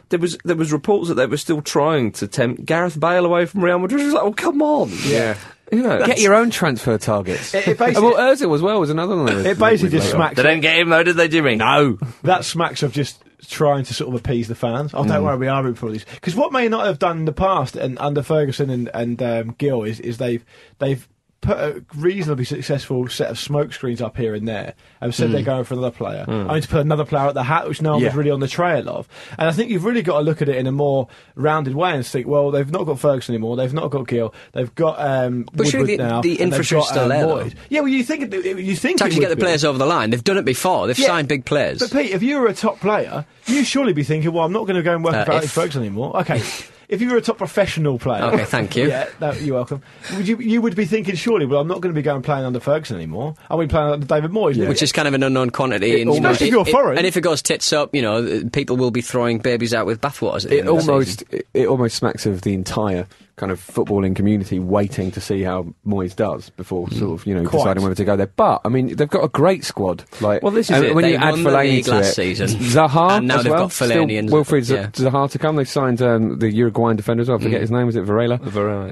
Speaker 5: There was there was reports that they were still trying to tempt Gareth Bale away from Real Madrid. It was like, oh come on, yeah, you know.
Speaker 8: Get your own transfer targets.
Speaker 7: It- it basically-
Speaker 8: well, Ozil as well was another one.
Speaker 7: It basically just smacks.
Speaker 5: they didn't get him though, did they, Jimmy? No.
Speaker 7: That smacks of just trying to sort of appease the fans. Oh,
Speaker 6: Mm.
Speaker 7: don't worry, we are in for these. Because what May United have done in the past, and under Ferguson and and um, Gill, is is they've they've put a reasonably successful set of smoke screens up here and there, and said
Speaker 6: Mm.
Speaker 7: they're going for another player. I mean to put another player at the hat, which no one was
Speaker 8: Yeah.
Speaker 7: really on the trail of. And I think you've really got to look at it in a more rounded way and think, well, they've not got Ferguson anymore, they've not got Gill, they've got um,
Speaker 6: But surely
Speaker 7: Woodward
Speaker 6: the-
Speaker 7: now,
Speaker 6: the
Speaker 7: and they've
Speaker 6: infrastructure's
Speaker 7: got,
Speaker 6: still
Speaker 7: um,
Speaker 6: there, though.
Speaker 7: Moyes. Yeah, well, you think it- you think
Speaker 6: to
Speaker 7: it
Speaker 6: actually
Speaker 7: would
Speaker 6: get the
Speaker 7: be.
Speaker 6: players over the line. They've done it before. They've
Speaker 7: Yeah.
Speaker 6: signed big players.
Speaker 7: But Pete, if you were a top player, you'd surely be thinking, "Well, I'm not going to go and work
Speaker 6: Uh,
Speaker 7: for Alex
Speaker 6: if-
Speaker 7: Ferguson anymore." Okay, if you were a top professional player,
Speaker 6: Okay, thank you.
Speaker 7: Yeah, no, you're welcome. Would you, you would be thinking, "Surely, well, I'm not going to be going playing under Ferguson anymore. I'll be playing under David Moyes." Yeah.
Speaker 6: which is kind of an unknown quantity. And, you know,
Speaker 7: Especially if you're foreign.
Speaker 6: and if it goes tits up, you know, th- people will be throwing babies out with bathwaters. at the
Speaker 8: it
Speaker 6: end of the season.
Speaker 8: almost it, it almost smacks of the entire kind of footballing community waiting to see how Moyes does before
Speaker 6: Hmm.
Speaker 8: sort of you know
Speaker 7: Quite.
Speaker 8: deciding whether to go there. But I mean, they've got a great squad. Like,
Speaker 5: Well, this is
Speaker 8: and
Speaker 5: it.
Speaker 8: when
Speaker 5: They
Speaker 8: you add
Speaker 6: won the
Speaker 8: Fellaini
Speaker 6: league
Speaker 8: to
Speaker 6: last
Speaker 8: it,
Speaker 6: season.
Speaker 8: Zaha
Speaker 6: And now
Speaker 8: as
Speaker 6: they've
Speaker 8: well.
Speaker 6: got Fellaini
Speaker 8: Still
Speaker 6: and-
Speaker 8: Wilfried Z-
Speaker 6: yeah. Hmm.
Speaker 8: Zaha to come. They've signed um, the Uruguayan defender as well. I forget his name. Was it Varela?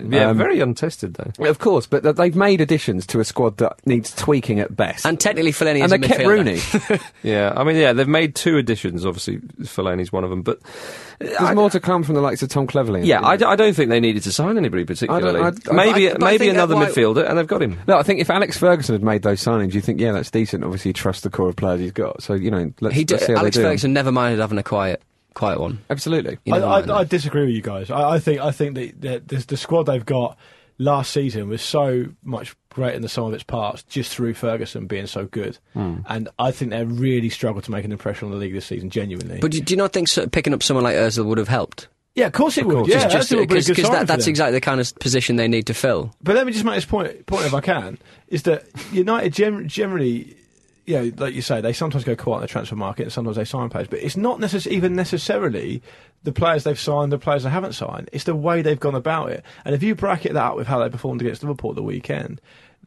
Speaker 5: Yeah,
Speaker 8: Um,
Speaker 5: very untested though.
Speaker 8: Well, Of course, but th- they've made additions to a squad that needs tweaking at best.
Speaker 6: And technically, Fellaini is
Speaker 8: and
Speaker 6: a
Speaker 8: they kept
Speaker 6: midfielder.
Speaker 8: Rooney.
Speaker 5: Yeah, I mean, yeah, they've made two additions. Obviously, Fellaini's one of them, but
Speaker 8: There's more to come from the likes of Tom Cleverley.
Speaker 5: yeah, I, d- I don't think they needed to sign anybody particularly.
Speaker 8: I- I-
Speaker 5: maybe
Speaker 8: but I- but I
Speaker 5: maybe
Speaker 8: think that
Speaker 5: another
Speaker 8: why-
Speaker 5: midfielder, and they've got him.
Speaker 8: No, I think if Alex Ferguson had made those signings, you think, yeah, that's decent. Obviously, you trust the core of players he's got. So you know, let's,
Speaker 6: He
Speaker 8: let's see
Speaker 6: did,
Speaker 8: how
Speaker 6: Alex
Speaker 8: they do.
Speaker 6: Ferguson never minded having a quiet, quiet one.
Speaker 8: Absolutely.
Speaker 6: You
Speaker 7: I,
Speaker 6: never mind
Speaker 7: I, I
Speaker 6: that.
Speaker 7: disagree with you guys. I, I think I think that the, the, the squad they've got last season was so much greater than the sum of its parts just through Ferguson being so good.
Speaker 6: Hmm.
Speaker 7: And I think they really struggled to make an impression on the league this season, genuinely.
Speaker 6: But do, do you not think so, picking up someone like Özil would have helped?
Speaker 7: yeah, of course it would. Yeah,
Speaker 6: just just
Speaker 7: Özil would be a
Speaker 6: because
Speaker 7: good signing
Speaker 6: that,
Speaker 7: for
Speaker 6: that's
Speaker 7: them.
Speaker 6: exactly the kind of position they need to fill.
Speaker 7: But let me just make this point, point if I can, is that United gen- generally, you know, like you say, they sometimes go quiet in the transfer market and sometimes they sign players, but it's not necess- even necessarily the players they've signed, the players they haven't signed. It's the way they've gone about it. And if you bracket that up with how they performed against Liverpool at the weekend,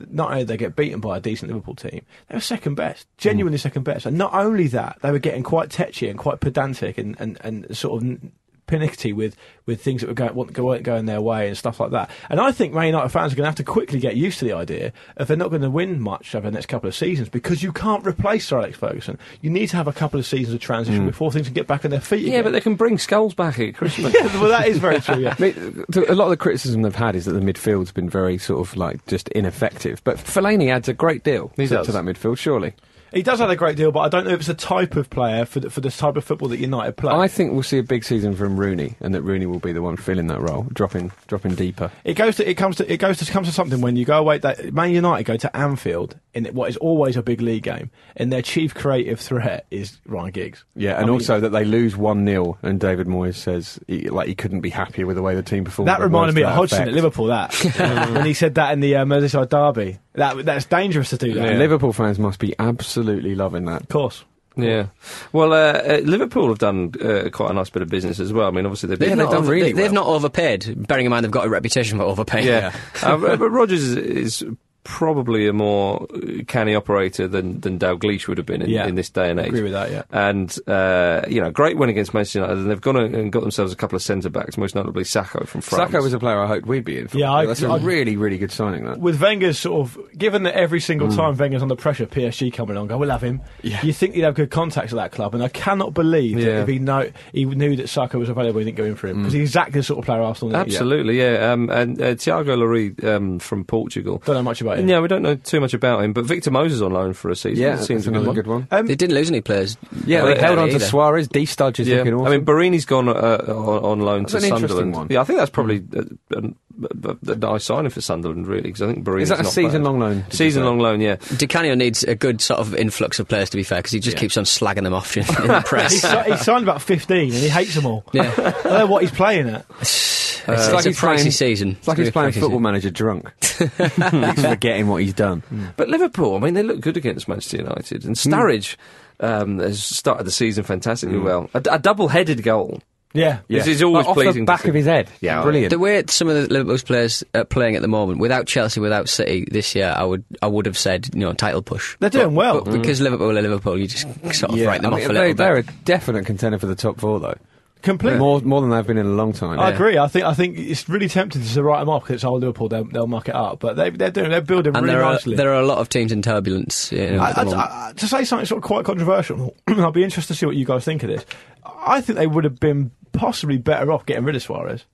Speaker 7: not only did they get beaten by a decent Liverpool team, they were second best, genuinely second best. And not only that, they were getting quite tetchy and quite pedantic and, and, and sort of n- pernickety with, with things that were going, weren't going, going their way and stuff like that. And I think Man United fans are going to have to quickly get used to the idea if they're not going to win much over the next couple of seasons because you can't replace Sir Alex Ferguson. You need to have a couple of seasons of
Speaker 8: Hmm.
Speaker 7: transition before things can get back on their feet
Speaker 5: Yeah,
Speaker 7: again.
Speaker 5: but they can bring skulls back at Christmas.
Speaker 7: yeah, well, that is very true, yeah.
Speaker 8: I mean, th- A lot of the criticism they've had is that the midfield's been very sort of like just ineffective. But Fellaini adds a great deal
Speaker 5: He
Speaker 8: to,
Speaker 5: does.
Speaker 8: to that midfield, surely.
Speaker 7: He does have a great deal, but I don't know if it's the type of player for the, for the type of football that United play.
Speaker 8: I think we'll see a big season from Rooney, and that Rooney will be the one filling that role, dropping dropping deeper.
Speaker 7: It goes to it comes to it goes to comes to something when you go away. That Man United go to Anfield in what is always a big league game, and their chief creative threat is Ryan Giggs.
Speaker 8: Yeah,
Speaker 7: I
Speaker 8: and
Speaker 7: mean,
Speaker 8: also that they lose one 0 and David Moyes says he, like he couldn't be happier with the way the team performed.
Speaker 7: that
Speaker 8: Or words
Speaker 7: reminded
Speaker 8: to
Speaker 7: me of
Speaker 8: that
Speaker 7: Hodgson
Speaker 8: effect.
Speaker 7: at Liverpool. That when he said that in the uh, Merseyside derby, that that's dangerous to do that.
Speaker 8: And
Speaker 5: Yeah.
Speaker 8: Liverpool fans must be absolutely loving that.
Speaker 7: Of course,
Speaker 5: yeah. Well, uh, uh, Liverpool have done uh, quite a nice bit of business as well. I mean, obviously they've been
Speaker 6: not
Speaker 8: done
Speaker 6: over-
Speaker 8: really
Speaker 6: They've
Speaker 8: well.
Speaker 6: not overpaid, bearing in mind they've got a reputation for overpaying.
Speaker 5: Yeah, uh, but but Rogers is, is probably a more uh, canny operator than than Dalgleish would have been in,
Speaker 7: Yeah.
Speaker 5: in this day and age.
Speaker 7: agree with that. Yeah,
Speaker 5: And uh, you know, great win against Manchester United, and they've gone and got themselves a couple of centre backs, most notably Sacco from France.
Speaker 8: Saka was a player I hoped we'd be in. For.
Speaker 7: Yeah, I-
Speaker 8: that's a
Speaker 7: I-
Speaker 8: really, really good signing. That
Speaker 7: with Wenger's sort of given that every single time Wenger's under pressure, PSG coming on, go we'll have him. You think he'd have good contacts at that club, and I cannot believe that
Speaker 5: Yeah.
Speaker 7: if he know he knew that Saka was available, he didn't go in for him because he's exactly the sort of player Arsenal. need.
Speaker 5: Absolutely, yeah. Um, and uh, Thiago Lloris um, from Portugal.
Speaker 7: Don't know much about him.
Speaker 5: Yeah, we don't know too much about him, but Victor Moses on loan for a season.
Speaker 8: yeah,
Speaker 5: It
Speaker 8: seems
Speaker 5: seems a
Speaker 8: another
Speaker 5: good one.
Speaker 8: good one.
Speaker 6: They didn't lose any players.
Speaker 8: Um, Yeah,
Speaker 5: Well,
Speaker 8: they held on to
Speaker 6: either.
Speaker 8: Suarez. D Studge is
Speaker 5: Yeah,
Speaker 8: looking awesome.
Speaker 5: I mean, Barini's gone uh, uh, on, on loan
Speaker 8: That's
Speaker 5: to
Speaker 8: an interesting
Speaker 5: Sunderland.
Speaker 8: one. Hmm.
Speaker 5: Yeah, I think that's probably uh, a, a, a, a nice signing for Sunderland, really, because I think Barini
Speaker 8: is that a season long loan? did you
Speaker 5: Season
Speaker 8: say?
Speaker 5: long loan, yeah.
Speaker 6: Di Canio needs a good sort of influx of players, to be fair, because he just keeps on slagging them off in in the
Speaker 7: He,
Speaker 6: press.
Speaker 7: si- he signed about 15 and he hates them all.
Speaker 6: Yeah.
Speaker 7: I don't know what he's playing at.
Speaker 6: It's, it's
Speaker 8: like
Speaker 6: a
Speaker 8: he's
Speaker 6: pricey
Speaker 8: playing-
Speaker 6: season.
Speaker 8: It's like he's
Speaker 6: It's
Speaker 8: playing
Speaker 6: a pricey
Speaker 8: football
Speaker 6: season.
Speaker 8: manager drunk. he's forgetting what he's done.
Speaker 5: But Liverpool, I mean, they look good against Manchester United, and
Speaker 8: Hmm.
Speaker 5: Sturridge um, has started the season fantastically well. A, a double-headed goal.
Speaker 7: Yeah.
Speaker 5: This is always
Speaker 8: Like, off
Speaker 5: pleasing.
Speaker 8: the
Speaker 5: to
Speaker 8: back
Speaker 5: see.
Speaker 8: of his head.
Speaker 5: Yeah,
Speaker 8: brilliant.
Speaker 6: The way some of the Liverpool's players are playing at the moment, without Chelsea, without City this year, I would I would have said you know title push.
Speaker 7: They're doing well.
Speaker 6: But because Liverpool are Liverpool, you just sort of write them
Speaker 8: Oh. Mm. I
Speaker 6: off
Speaker 8: mean,
Speaker 6: a
Speaker 8: they,
Speaker 6: little
Speaker 8: they're
Speaker 6: bit.
Speaker 8: a definite contender for the top four, though.
Speaker 7: Completely.
Speaker 8: More, more than they've been in a long time.
Speaker 7: I agree. I think I think it's really tempting to write them off because it's old Liverpool. They'll, they'll muck it up, but they, they're doing they're building
Speaker 6: And
Speaker 7: really
Speaker 6: there are
Speaker 7: nicely.
Speaker 6: there are a lot of teams in turbulence. You know,
Speaker 7: I,
Speaker 6: at the
Speaker 7: I-
Speaker 6: moment.
Speaker 7: I- to say something sort of quite controversial, and I'll be interested to see what you guys think of this. I think they would have been possibly better off getting rid of Suarez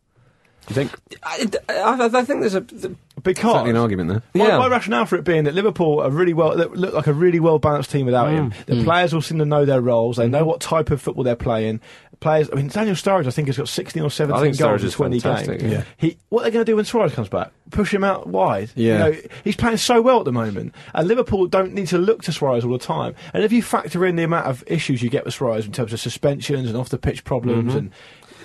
Speaker 8: You think?
Speaker 5: I, I- I think there's a.
Speaker 7: because
Speaker 8: Certainly an argument there.
Speaker 7: My,
Speaker 5: Yeah.
Speaker 7: my rationale for it being that Liverpool are really well look look like a really well balanced team without him. The players all seem to know their roles. They know what type of football they're playing. Players, I mean, Daniel Sturridge, I think has got 16 or 17
Speaker 5: I think
Speaker 7: goals
Speaker 5: Sturridge
Speaker 7: in
Speaker 5: is
Speaker 7: 20
Speaker 5: fantastic,
Speaker 7: games.
Speaker 5: yeah.
Speaker 7: He, what are they going to do when Suarez comes back? Push him out wide.
Speaker 8: Yeah.
Speaker 7: You know, he's playing so well at the moment, and Liverpool don't need to look to Suarez all the time. And if you factor in the amount of issues you get with Suarez in terms of suspensions and off the pitch problems and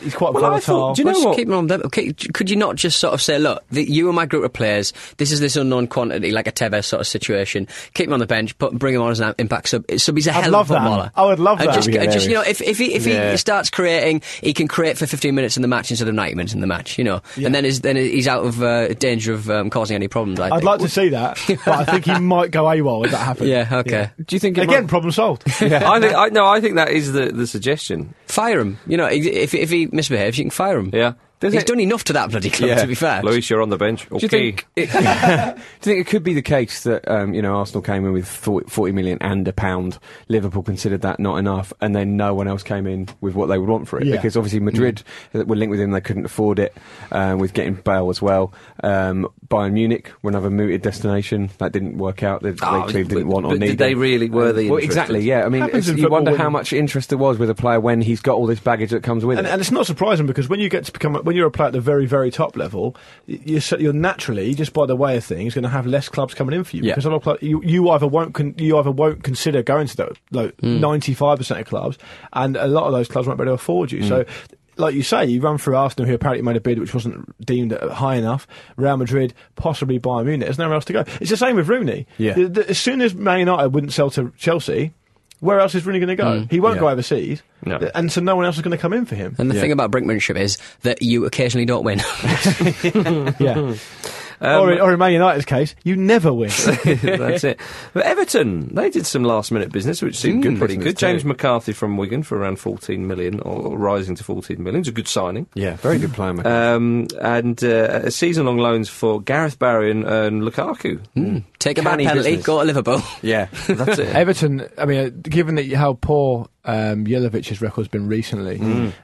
Speaker 7: he's quite
Speaker 8: Well, I
Speaker 7: volatile.
Speaker 8: thought- do you know
Speaker 6: Well, just
Speaker 8: what?
Speaker 6: Keep him on them. Okay, j- could you not just sort of say, look, the, you and my group of players, this is this unknown quantity, like a Tevez sort of situation. Keep him on the bench, put, bring him on as an impact sub. sub he's a hell
Speaker 7: love
Speaker 6: of
Speaker 7: that.
Speaker 6: a footballer.
Speaker 7: I would love
Speaker 6: And
Speaker 7: that.
Speaker 6: Just,
Speaker 7: That'd be
Speaker 6: and just, you know, if, if, he, if
Speaker 8: Yeah.
Speaker 6: he starts creating, he can create for 15 minutes in the match instead of 90 minutes in the match, you know. And then, is, then he's out of uh, danger of um, causing any problems, I
Speaker 7: I'd
Speaker 6: think.
Speaker 7: like to see that, but I think he might go AWOL if that happens.
Speaker 6: Yeah, okay.
Speaker 8: Do you think it
Speaker 7: Again,
Speaker 8: might-
Speaker 7: problem solved.
Speaker 5: I think I, no. I think that is the, the suggestion.
Speaker 6: Fire him. You know, if, if he misbehaves, you can fire him.
Speaker 5: Yeah.
Speaker 6: He's done enough to that bloody club,
Speaker 8: Yeah.
Speaker 6: to be fair.
Speaker 5: Luis, you're on the bench.
Speaker 8: Do
Speaker 5: Okay.
Speaker 8: you, think it, do you think it could be the case that um, you know Arsenal came in with 40 40 million and a pound? Liverpool considered that not enough, and then no one else came in with what they would want for it
Speaker 7: Yeah.
Speaker 8: because obviously Madrid
Speaker 5: Mm.
Speaker 8: uh, were linked with him; they couldn't afford it. Um, with getting Bale as well, um, Bayern Munich were another mooted destination that didn't work out. They, they
Speaker 5: Oh,
Speaker 8: clearly didn't
Speaker 5: but-
Speaker 8: want or
Speaker 5: but
Speaker 8: need.
Speaker 5: did they
Speaker 8: him.
Speaker 5: really- were they
Speaker 8: Well,
Speaker 5: interested?
Speaker 8: exactly. Yeah, I mean,
Speaker 7: Happens
Speaker 8: it's-
Speaker 7: in
Speaker 8: you
Speaker 7: football,
Speaker 8: wonder how
Speaker 7: wouldn't it?
Speaker 8: much interest there was with a player when he's got all this baggage that comes with
Speaker 7: And,
Speaker 8: it.
Speaker 7: and it's not surprising because when you get to become a, when you're a player at the very very top level, y- you're, so- you're naturally just by the way of things going to have less clubs coming in for you
Speaker 8: Yeah.
Speaker 7: because a lot of clubs, you, you either won't con, you either won't consider going to those like
Speaker 8: Hmm.
Speaker 7: ninety five percent of clubs, and a lot of those clubs won't be able to afford
Speaker 8: Hmm.
Speaker 7: you. So. Like you say, you run through Arsenal, who apparently made a bid which wasn't deemed uh, high enough. Real Madrid, possibly Bayern Munich. There's nowhere else to go. It's the same with Rooney.
Speaker 8: Yeah.
Speaker 7: The- the- as soon as Man United wouldn't sell to Chelsea, where else is Rooney going to go? He won't
Speaker 8: Hmm.
Speaker 7: go
Speaker 8: Yeah.
Speaker 7: overseas.
Speaker 5: No.
Speaker 7: And so no one else is going to come in for him.
Speaker 6: And the
Speaker 8: Yeah.
Speaker 6: thing about brinkmanship is that you occasionally don't win.
Speaker 7: yeah. Um, or, in, or in Man United's case, you never win.
Speaker 5: That's it. But Everton, they did some last minute business, which seemed
Speaker 7: Mm,
Speaker 5: good, pretty good.
Speaker 8: too.
Speaker 5: James McCarthy from Wigan for around 14 million, or rising to 14 million. It's a good signing.
Speaker 8: yeah, very good player. Mate.
Speaker 5: Um, and uh, season long loans for Gareth Barry and, and Lukaku.
Speaker 7: Hmm.
Speaker 6: Hmm. Take a bad
Speaker 5: Canny
Speaker 6: penalty,
Speaker 5: business.
Speaker 6: go to Liverpool.
Speaker 8: yeah,
Speaker 5: That's it.
Speaker 7: Everton, I mean, uh, given that how poor um, Jelovic's record's been recently,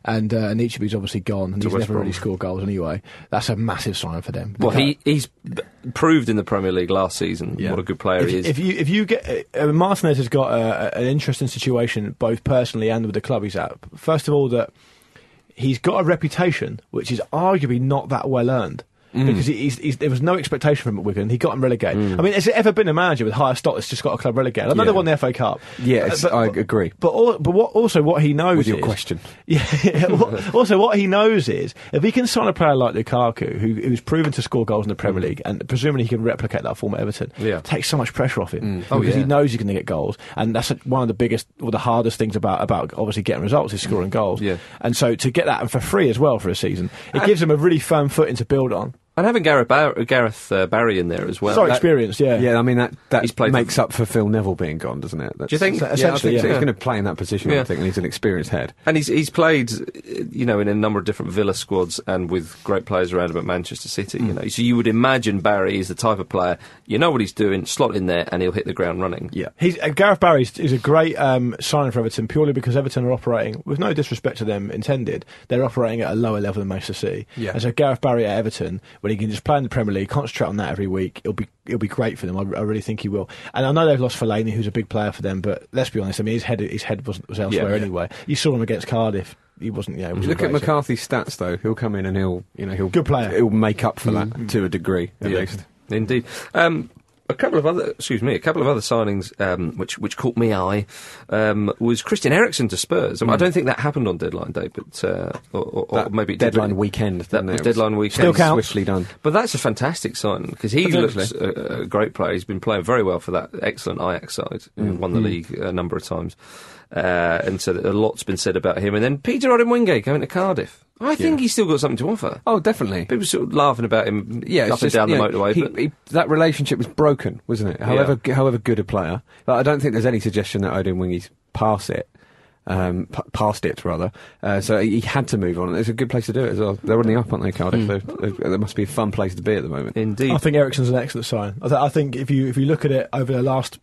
Speaker 7: and uh, and Ichibi's obviously gone, and he's
Speaker 5: Hmm. West
Speaker 7: never
Speaker 5: Brom.
Speaker 7: really scored goals anyway, that's a massive sign for them.
Speaker 5: Well,
Speaker 7: They
Speaker 5: he, he's b- proved in the Premier League last season
Speaker 7: Yeah.
Speaker 5: what a good player
Speaker 7: if,
Speaker 5: he is.
Speaker 7: If you if you get uh, uh, Martinez has got uh, a, a- an interesting situation both personally and with the club he's at. First of all, that he's got a reputation which is arguably not that well earned.
Speaker 5: Mm.
Speaker 7: Because he- he's, he's, there was no expectation from him at Wigan, he got him relegated. I mean, has there ever been a manager with higher stock that's just got a club relegated? I know
Speaker 8: Yeah.
Speaker 7: they won the FA Cup. Uh,
Speaker 8: Yeah, it's- I agree.
Speaker 7: But al- but what, also what he knows
Speaker 8: with your
Speaker 7: is-
Speaker 8: question.
Speaker 7: yeah. what- also, what he knows is if he can sign a player like Lukaku, who, who's proven to score goals in the Premier League, and presumably he can replicate that form at Everton,
Speaker 5: Mm. Yeah.
Speaker 7: takes so much pressure off him
Speaker 5: Oh,
Speaker 7: because
Speaker 5: yeah.
Speaker 7: he knows he's going to get goals, and that's like, one of the biggest or the hardest things about about obviously getting results is scoring goals.
Speaker 5: Yeah.
Speaker 7: And so to get that for free as well for a season, it gives him a really firm footing to build on.
Speaker 5: and having Gareth, Bar- Gareth uh, Barry in there as well. Uh,
Speaker 7: so
Speaker 5: that-
Speaker 7: experienced, yeah.
Speaker 8: Yeah, I mean that that
Speaker 5: He's played
Speaker 8: makes up for Phil Neville being gone, doesn't it? That's-
Speaker 5: Do you think?
Speaker 8: Yeah, I
Speaker 7: Essentially,
Speaker 8: think so.
Speaker 7: yeah.
Speaker 8: he's going to play in that position.
Speaker 5: Yeah.
Speaker 8: I think, and he's an experienced head.
Speaker 5: And he's he's played, uh, you know, in a number of different Villa squads and with great players around him at Manchester City.
Speaker 6: Hmm.
Speaker 5: You know, so you would imagine Barry is the type of player you know what he's doing. Slot in there and he'll hit the ground running.
Speaker 7: Yeah, he's uh, Gareth Barry is- is a great um, signing for Everton purely because Everton are operating with no disrespect to them intended. They're operating at a lower level than Manchester City,
Speaker 8: Yeah.
Speaker 7: and so Gareth Barry at Everton, when he can just play in the Premier League, concentrate on that every week, it'll be it'll be great for them. I, I really think he will. And I know they've lost Fellaini, who's a big player for them, but let's be honest. I mean, his head his head was, was elsewhere
Speaker 5: yeah.
Speaker 7: anyway. You saw him against Cardiff. He wasn't. Yeah, he wasn't
Speaker 8: Look at
Speaker 7: great, so-
Speaker 8: McCarthy's stats, though. He'll come in and he'll, you know, he'll
Speaker 7: Good player.
Speaker 8: He'll make up for that to a degree, at
Speaker 5: Yeah,
Speaker 8: least.
Speaker 5: Indeed. Um, a couple of other, excuse me, a couple of other signings um, which which caught me eye um, was Christian Eriksen to Spurs. I,
Speaker 7: Hmm.
Speaker 5: mean, I don't think that happened on deadline day, but uh, or, or, or
Speaker 8: That
Speaker 5: maybe it did,
Speaker 8: deadline
Speaker 5: but it-
Speaker 8: weekend.
Speaker 5: That
Speaker 8: didn't
Speaker 5: was
Speaker 8: it?
Speaker 5: deadline weekend.
Speaker 7: Still counts.
Speaker 8: Swiftly done.
Speaker 5: But that's a fantastic sign because he
Speaker 8: Absolutely.
Speaker 5: looks a, a great player. He's been playing very well for that excellent Ajax side, who
Speaker 6: Hmm.
Speaker 5: won the league a number of times. Uh, and so a lot's been said about him. And then Peter Odemwingie going to Cardiff. I think he's still got something to offer.
Speaker 8: Oh, definitely.
Speaker 5: People sort of laughing about him
Speaker 8: yeah, it's
Speaker 5: up
Speaker 8: just,
Speaker 5: and down
Speaker 8: you
Speaker 5: the
Speaker 8: know,
Speaker 5: motorway.
Speaker 8: he-
Speaker 5: but
Speaker 8: he- that relationship was broken, wasn't it? However, g- however good a player, Like, I don't think there's any suggestion that Odin Wingy's pass it, um, p- past it rather. Uh, so he he had to move on. It's a good place to do it as well. They're on the up, aren't they, Cardiff?
Speaker 5: Hmm.
Speaker 8: They're- they're- They must be a fun place to be at the moment.
Speaker 5: Indeed.
Speaker 7: I think Ericsson's an excellent sign. I, th- I think if you if you look at it over the last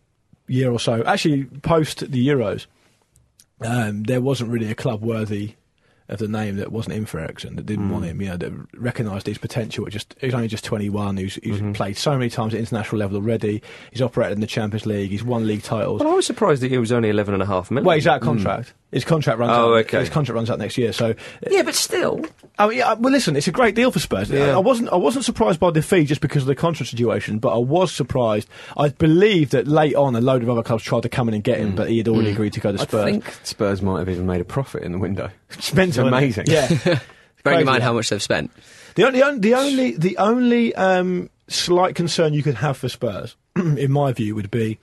Speaker 7: year or so, actually post the Euros, um, there wasn't really a club worthy of the name that wasn't in for Ericsson that didn't
Speaker 5: Hmm.
Speaker 7: want him. You know, that recognised his potential. It Just he's only just 21. Who's, who's
Speaker 5: Mm-hmm.
Speaker 7: played so many times at international level already. He's operated in the Champions League. He's won league titles.
Speaker 5: Well, I was surprised that he was only 11 and a half million.
Speaker 7: Well, he's out of contract. His contract runs.
Speaker 5: Hmm. Oh,
Speaker 7: out,
Speaker 5: okay.
Speaker 7: His contract runs out next year. So,
Speaker 5: Yeah, but still.
Speaker 7: I mean, yeah, well, listen, it's a great deal for Spurs. I, I wasn't, I wasn't surprised by the fee just because of the contract situation, but I was surprised. I believe that late on, a load of other clubs tried to come in and get him, but he had already agreed to go to Spurs.
Speaker 8: I think Spurs might have even made a profit in the window.
Speaker 7: It's mental, isn't it?
Speaker 8: amazing.
Speaker 7: Yeah.
Speaker 6: Bearing in
Speaker 7: Crazy,
Speaker 6: mind
Speaker 7: yeah.
Speaker 6: how much they've spent.
Speaker 7: The only, the only, the only, the only um, slight concern you could have for Spurs, in my view, would be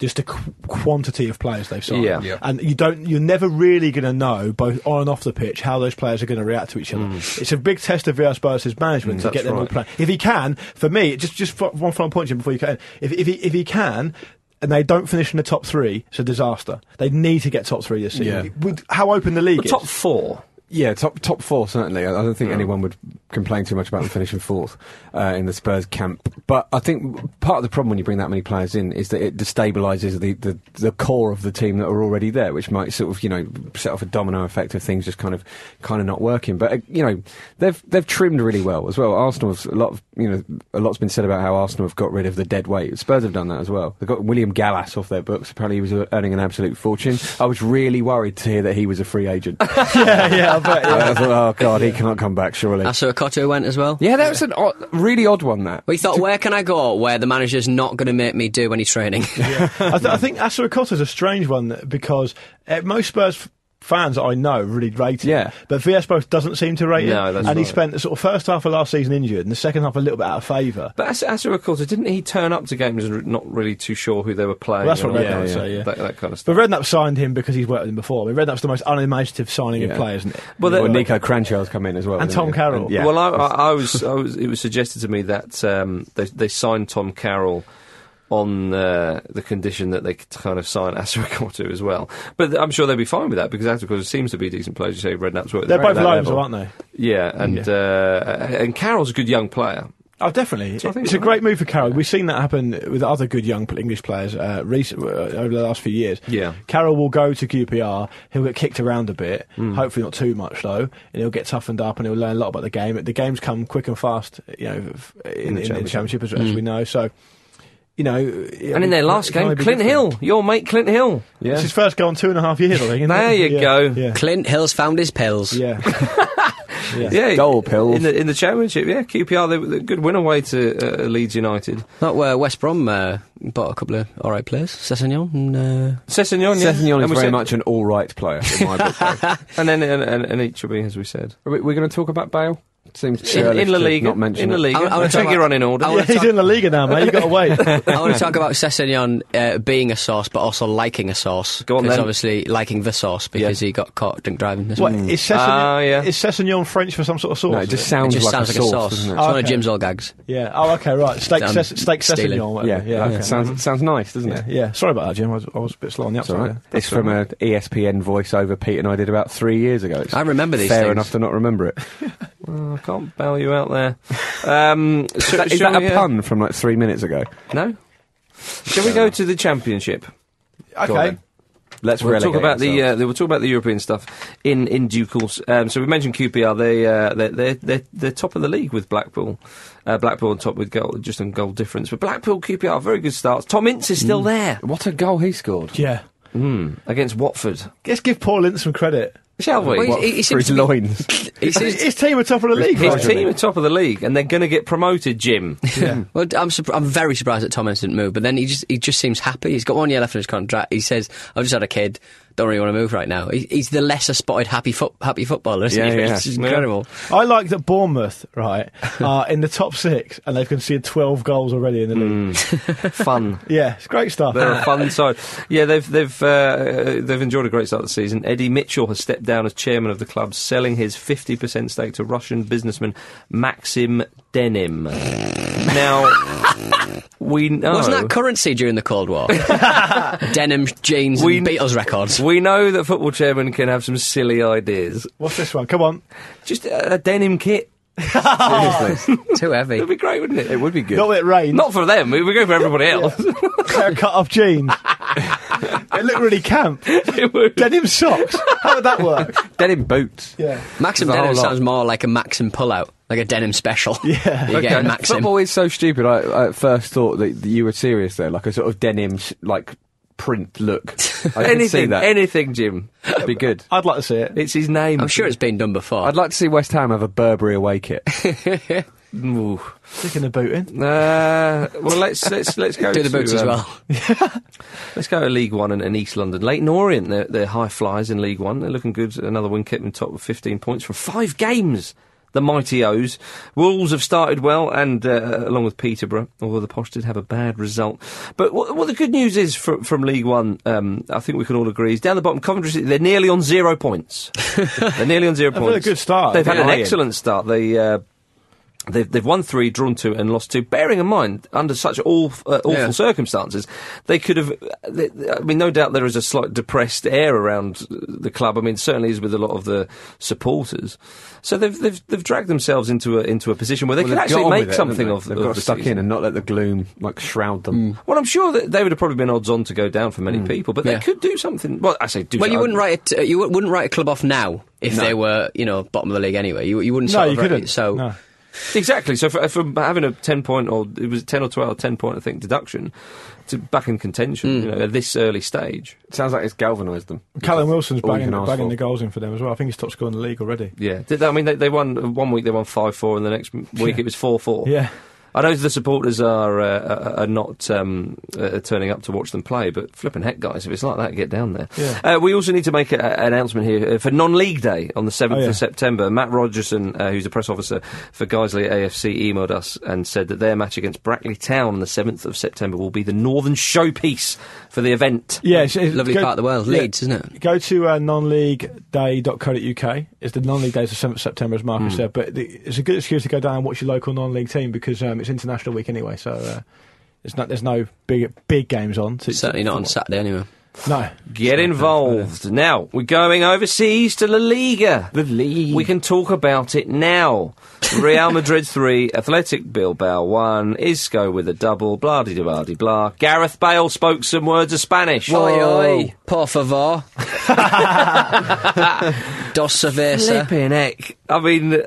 Speaker 7: just the qu- quantity of players they've signed.
Speaker 5: Yeah.
Speaker 9: Yeah.
Speaker 7: And you don't, you're never really going to know, both on and off the pitch, how those players are going to react to each other. It's a big test of Villas Spurs' management to
Speaker 5: Hmm. Mm, that's
Speaker 7: get them all
Speaker 5: right.
Speaker 7: playing. If he can, for me, just just fo- one final point to you before you cut in. If if he, if he can. And they don't finish in the top three, it's a disaster. They need to get top three this season.
Speaker 8: Yeah.
Speaker 7: With how open the league
Speaker 5: Well,
Speaker 7: is.
Speaker 5: top four.
Speaker 8: Yeah, top top four certainly. I I don't think anyone would complain too much about them finishing fourth uh, in the Spurs camp. But I think part of the problem when you bring that many players in is that it destabilises the, the, the core of the team that are already there, which might sort of you know set off a domino effect of things just kind of kind of not working. But uh, you know they've they've trimmed really well as well. Arsenal have a lot of you know a lot's been said about how Arsenal have got rid of the dead weight. Spurs have done that as well. They got William Gallas off their books. Apparently he was uh, earning an absolute fortune. I was really worried to hear that he was a free agent.
Speaker 7: yeah, yeah, I bet. yeah.
Speaker 8: I thought, oh god, he cannot come back surely.
Speaker 6: I saw Okoto went as well.
Speaker 8: Yeah, that was an odd, really odd one. That
Speaker 6: We thought, where can I go where the manager's not going to make me do any training?
Speaker 7: I, th- I think Asuricota is a strange one because uh, most Spurs f- fans I know really rate him.
Speaker 8: Yeah.
Speaker 7: But VS both doesn't seem to rate him.
Speaker 5: No, that's
Speaker 7: and he
Speaker 5: right.
Speaker 7: spent the sort of first half of last season injured and the second half a little bit out of favour.
Speaker 5: But as, as a recorder, didn't he turn up to games and not really too sure who they were playing?
Speaker 7: Well, that's what
Speaker 5: and all
Speaker 7: Redknapp
Speaker 5: that,
Speaker 7: would say, yeah.
Speaker 5: That, that kind of
Speaker 7: But
Speaker 5: stuff.
Speaker 7: Redknapp signed him because he's worked with him before. I mean, Redknapp's the most unimaginative signing
Speaker 8: Yeah.
Speaker 7: of players, isn't it?
Speaker 5: Well,
Speaker 8: well,
Speaker 5: then-
Speaker 8: Nico Cranchell's come in as well,
Speaker 7: And
Speaker 8: didn't
Speaker 7: Tom
Speaker 8: he?
Speaker 7: Carroll.
Speaker 8: And- yeah.
Speaker 5: Well, I, I, I was, I was. It was suggested to me that um, they, they signed Tom Carroll on uh, the condition that they could kind of sign Asarokotu as well. But I'm sure they'd be fine with that because Asarokotu seems to be a decent player. As you say Redknapp's work.
Speaker 7: They're both
Speaker 5: that
Speaker 7: loans,
Speaker 5: level.
Speaker 7: aren't they?
Speaker 5: Yeah, and Uh, and Carroll's a good young player.
Speaker 7: Oh, definitely.
Speaker 5: So I think
Speaker 7: it's
Speaker 5: so.
Speaker 7: a great move for Carroll. We've seen that happen with other good young English players uh, recent, uh, over the last few years.
Speaker 5: Yeah.
Speaker 7: Carroll will go to QPR. He'll get kicked around a bit,
Speaker 5: Hmm.
Speaker 7: hopefully not too much though, and he'll get toughened up and he'll learn a lot about the game. The games come quick and fast, you know, f- in, in, in the championship, as, as we know. So, you know,
Speaker 5: Hmm. And in their last game, Clint Hill, your mate Clint Hill.
Speaker 7: It's his first goal in two and a half years, I think. isn't
Speaker 5: There
Speaker 7: it?
Speaker 5: you
Speaker 7: Yeah.
Speaker 5: go.
Speaker 7: Yeah.
Speaker 6: Clint Hill's found his pills.
Speaker 7: yeah.
Speaker 5: Yeah,
Speaker 8: Goal pills.
Speaker 5: in the in the championship. Yeah, QPR, they, they good win away to uh, Leeds United.
Speaker 6: Not where West Brom uh, bought a couple of all right players. Cessignon and uh,
Speaker 5: Cessignon, yeah.
Speaker 8: Sessegnon
Speaker 5: And
Speaker 8: is
Speaker 5: we
Speaker 8: very
Speaker 5: said-
Speaker 8: much an all right player in my book. though.
Speaker 5: and then and, and, and each will be as we said.
Speaker 8: Are we, we're going to talk about Bale. Seems
Speaker 5: In, in La
Speaker 8: churlish to
Speaker 5: Liga,
Speaker 8: not mention
Speaker 5: in La
Speaker 8: it.
Speaker 5: Liga.
Speaker 6: I- I wanna
Speaker 5: I,
Speaker 6: talk
Speaker 5: think you're
Speaker 6: about-
Speaker 5: on in order.
Speaker 6: I
Speaker 7: yeah.
Speaker 6: wanna
Speaker 7: He's
Speaker 6: talk-
Speaker 7: in the league now, mate. You've got to wait.
Speaker 6: I want to talk about Cessignon uh, being a sauce, but also liking a sauce.
Speaker 5: Go on
Speaker 6: Because
Speaker 5: then.
Speaker 6: obviously liking the sauce because he got caught drink driving. This
Speaker 7: what,
Speaker 6: morning.
Speaker 7: is Cessignon,
Speaker 5: Ah, yeah.
Speaker 7: is Cessignon French for some sort of sauce?
Speaker 8: No, it
Speaker 7: is
Speaker 8: just
Speaker 7: it?
Speaker 6: It
Speaker 8: sounds
Speaker 6: just
Speaker 8: like
Speaker 6: sounds
Speaker 8: a
Speaker 6: like a sauce.
Speaker 8: sauce, doesn't
Speaker 6: It's
Speaker 8: it?
Speaker 6: one of
Speaker 7: Okay.
Speaker 6: Jim's old gags.
Speaker 7: Yeah. Oh, okay, right. Steak,
Speaker 6: Done.
Speaker 7: ses- steak
Speaker 6: Stealing.
Speaker 7: Cessignon.
Speaker 8: Yeah,
Speaker 7: whatever.
Speaker 8: yeah.
Speaker 7: okay.
Speaker 8: sounds sounds nice, doesn't it?
Speaker 7: Yeah, sorry about that, Jim. I was, I was a bit slow on the
Speaker 8: It's all
Speaker 7: outside.
Speaker 8: right. It's from an E ESPN voiceover Pete and I did about three years ago. It's
Speaker 6: I remember these
Speaker 8: Fair
Speaker 6: things.
Speaker 8: enough to not remember it.
Speaker 5: I can't bail you out there. Um,
Speaker 8: Is
Speaker 5: so-
Speaker 8: that- is
Speaker 5: shall
Speaker 8: that
Speaker 5: we,
Speaker 8: a
Speaker 5: uh,
Speaker 8: pun from like three minutes ago?
Speaker 5: No. Shall we go to the championship?
Speaker 7: Okay.
Speaker 8: Let's
Speaker 5: We'll
Speaker 8: relegate
Speaker 5: talk about the
Speaker 8: ourselves.
Speaker 5: uh, we'll talk about the European stuff in, in due course. Um, so we mentioned QPR. They uh, they're, they're they're they're top of the league with Blackpool. Uh, Blackpool on top with goal just on goal difference. But Blackpool QPR very good starts. Tom Ince is
Speaker 8: Mm.
Speaker 5: still there
Speaker 8: what a goal he scored.
Speaker 7: Yeah.
Speaker 5: mm, against Watford.
Speaker 7: Let's give Paul Lint some credit.
Speaker 5: Shall we?
Speaker 6: Well,
Speaker 5: What-
Speaker 6: he- he
Speaker 8: for
Speaker 6: seems
Speaker 8: his
Speaker 6: to be-
Speaker 8: loins.
Speaker 6: he seems-
Speaker 7: His team are top of the league.
Speaker 5: His
Speaker 7: right?
Speaker 5: team are top of the league, and they're going to get promoted, Jim.
Speaker 7: Yeah.
Speaker 6: Well, I'm surp- I'm very surprised that Thomas didn't move, but then he just he just seems happy. He's got one year left in his contract. He says, "I've just had a kid. Don't really want to move right now." He, he's the lesser spotted happy foot happy footballer. Isn't he?
Speaker 8: Yeah, yeah.
Speaker 6: It's just incredible.
Speaker 7: I like that Bournemouth, right, are in the top six and they've conceded 12 goals already in the league.
Speaker 8: Hmm.
Speaker 5: fun.
Speaker 7: Yeah, it's great stuff.
Speaker 5: They're a
Speaker 6: "Ah."
Speaker 5: fun side. Yeah, they've they've uh, they've enjoyed a great start to the season. Eddie Mitchell has stepped down as chairman of the club, selling his fifty percent stake to Russian businessman Maxim Denim. now we know
Speaker 6: Wasn't that currency during the Cold War? Denim jeans
Speaker 5: We-
Speaker 6: and Beatles records.
Speaker 5: we know that football chairman can have some silly ideas.
Speaker 7: What's this one? Come on.
Speaker 5: Just a, a denim kit.
Speaker 8: Seriously.
Speaker 6: Too heavy.
Speaker 5: It'd be great, wouldn't it?
Speaker 8: it would be good.
Speaker 7: Not that it rained.
Speaker 5: Not for them. We would go for everybody else.
Speaker 7: They're cut off jeans. they look really camp.
Speaker 5: It would.
Speaker 7: Denim socks. How would that work?
Speaker 8: Denim boots.
Speaker 7: Yeah.
Speaker 6: Maxim
Speaker 8: There's a
Speaker 6: denim
Speaker 8: whole lot.
Speaker 6: sounds more like a Maxim pullout, like a denim special.
Speaker 7: Yeah.
Speaker 6: You're
Speaker 5: Okay.
Speaker 6: getting Maxim.
Speaker 8: Football is so stupid. I, I at first thought that, that you were serious there, like a sort of denim, sh- like print look. I can see
Speaker 5: anything,
Speaker 8: that.
Speaker 5: anything, Jim.
Speaker 8: It'd be good.
Speaker 7: I'd like to see it.
Speaker 5: It's his name.
Speaker 6: I'm sure it's been done before.
Speaker 8: I'd like to see West Ham have a Burberry away kit.
Speaker 5: Ooh.
Speaker 7: Sticking the boot in.
Speaker 5: Uh, well, let's let's let's go
Speaker 6: do the
Speaker 5: to,
Speaker 6: boots as
Speaker 5: um,
Speaker 6: well.
Speaker 5: Let's go to League One and, and East London. Leighton Orient, they're, they're high flyers in League One. They're looking good. Another win kept them top with 15 points from five games. The mighty O's. Wolves have started well, and uh, along with Peterborough, although the Posh did have a bad result. But what, what the good news is from, from League One, um, I think we can all agree, is down the bottom, Coventry City, they're nearly on zero points. they're nearly on 0
Speaker 7: had a
Speaker 5: points.
Speaker 7: good start.
Speaker 5: They've had an
Speaker 7: Yeah.
Speaker 5: excellent start. They. Uh, They've, they've won three, drawn two, and lost two. Bearing in mind, under such awful, uh, awful
Speaker 6: Yeah.
Speaker 5: circumstances, they could have. They, I mean, no doubt there is a slight depressed air around uh, the club. I mean, certainly is with a lot of the supporters. So they've they've, they've dragged themselves into a into a position where they
Speaker 8: Well,
Speaker 5: can
Speaker 8: they've got
Speaker 5: actually
Speaker 8: on
Speaker 5: make
Speaker 8: with it,
Speaker 5: something of.
Speaker 8: haven't they? They've
Speaker 5: of
Speaker 8: got
Speaker 5: the
Speaker 8: stuck in
Speaker 5: season.
Speaker 8: and not let the gloom like shroud
Speaker 6: Mm.
Speaker 8: them.
Speaker 5: Well, I'm sure that they would have probably been odds on to go down for many
Speaker 8: Hmm.
Speaker 5: people, but they
Speaker 6: Yeah.
Speaker 5: could do something. Well, I say do.
Speaker 6: Well, you
Speaker 5: something.
Speaker 6: wouldn't write it, uh, you wou- wouldn't write a club off now if they were you know bottom of the league anyway. You, you wouldn't.
Speaker 7: No,
Speaker 6: sort
Speaker 7: you
Speaker 6: of write it,
Speaker 7: couldn't.
Speaker 6: So
Speaker 7: No.
Speaker 5: Exactly. So for- from having a ten point or it was ten or 12, 10 point I think deduction to back in contention
Speaker 8: Hmm.
Speaker 5: you know, at this early stage.
Speaker 8: It sounds like it's galvanised them.
Speaker 7: Callum Wilson's
Speaker 8: All you
Speaker 7: banging,
Speaker 8: can ask
Speaker 7: banging
Speaker 8: for.
Speaker 7: the goals in for them as well. I think he's top scorer in the league already.
Speaker 5: Yeah. Did they- I mean, they, they won one week. They won five four, and the next m- week it was four four.
Speaker 7: Yeah.
Speaker 5: I know the supporters are uh, are- are not um, uh, turning up to watch them play, but flipping heck, guys, if it's like that, get down there.
Speaker 7: Yeah.
Speaker 5: Uh, we also need to make a, an announcement here uh, for non-league day on the seventh
Speaker 7: Oh, yeah.
Speaker 5: of September. Matt Rogerson, uh, who's the press officer for Guiseley AFC, emailed us and said that their match against Brackley Town on the seventh of September will be the Northern showpiece for the event.
Speaker 7: Yeah, it's, it's-
Speaker 6: lovely
Speaker 7: go-
Speaker 6: part of the world,
Speaker 7: yeah.
Speaker 6: Leeds, isn't it?
Speaker 7: Go to uh, nonleagueday.co.uk. It's the non-league days of 7th September, as Marcus
Speaker 6: Hmm.
Speaker 7: said. But the, it's a good excuse to go down and watch your local non-league team because um, it's international week anyway. So uh, it's not, there's no big big games on. So it's-
Speaker 6: Certainly not on Saturday anyway.
Speaker 7: No.
Speaker 5: Get involved. Now, we're going overseas to La Liga.
Speaker 8: The league.
Speaker 5: We can talk about it now. Real Madrid 3, Athletic Bilbao 1, Isco with a double, blah de blah de blah. Gareth Bale spoke some words of Spanish. Oh.
Speaker 6: por favor. Dos cerveza.
Speaker 5: Flipping heck. I mean,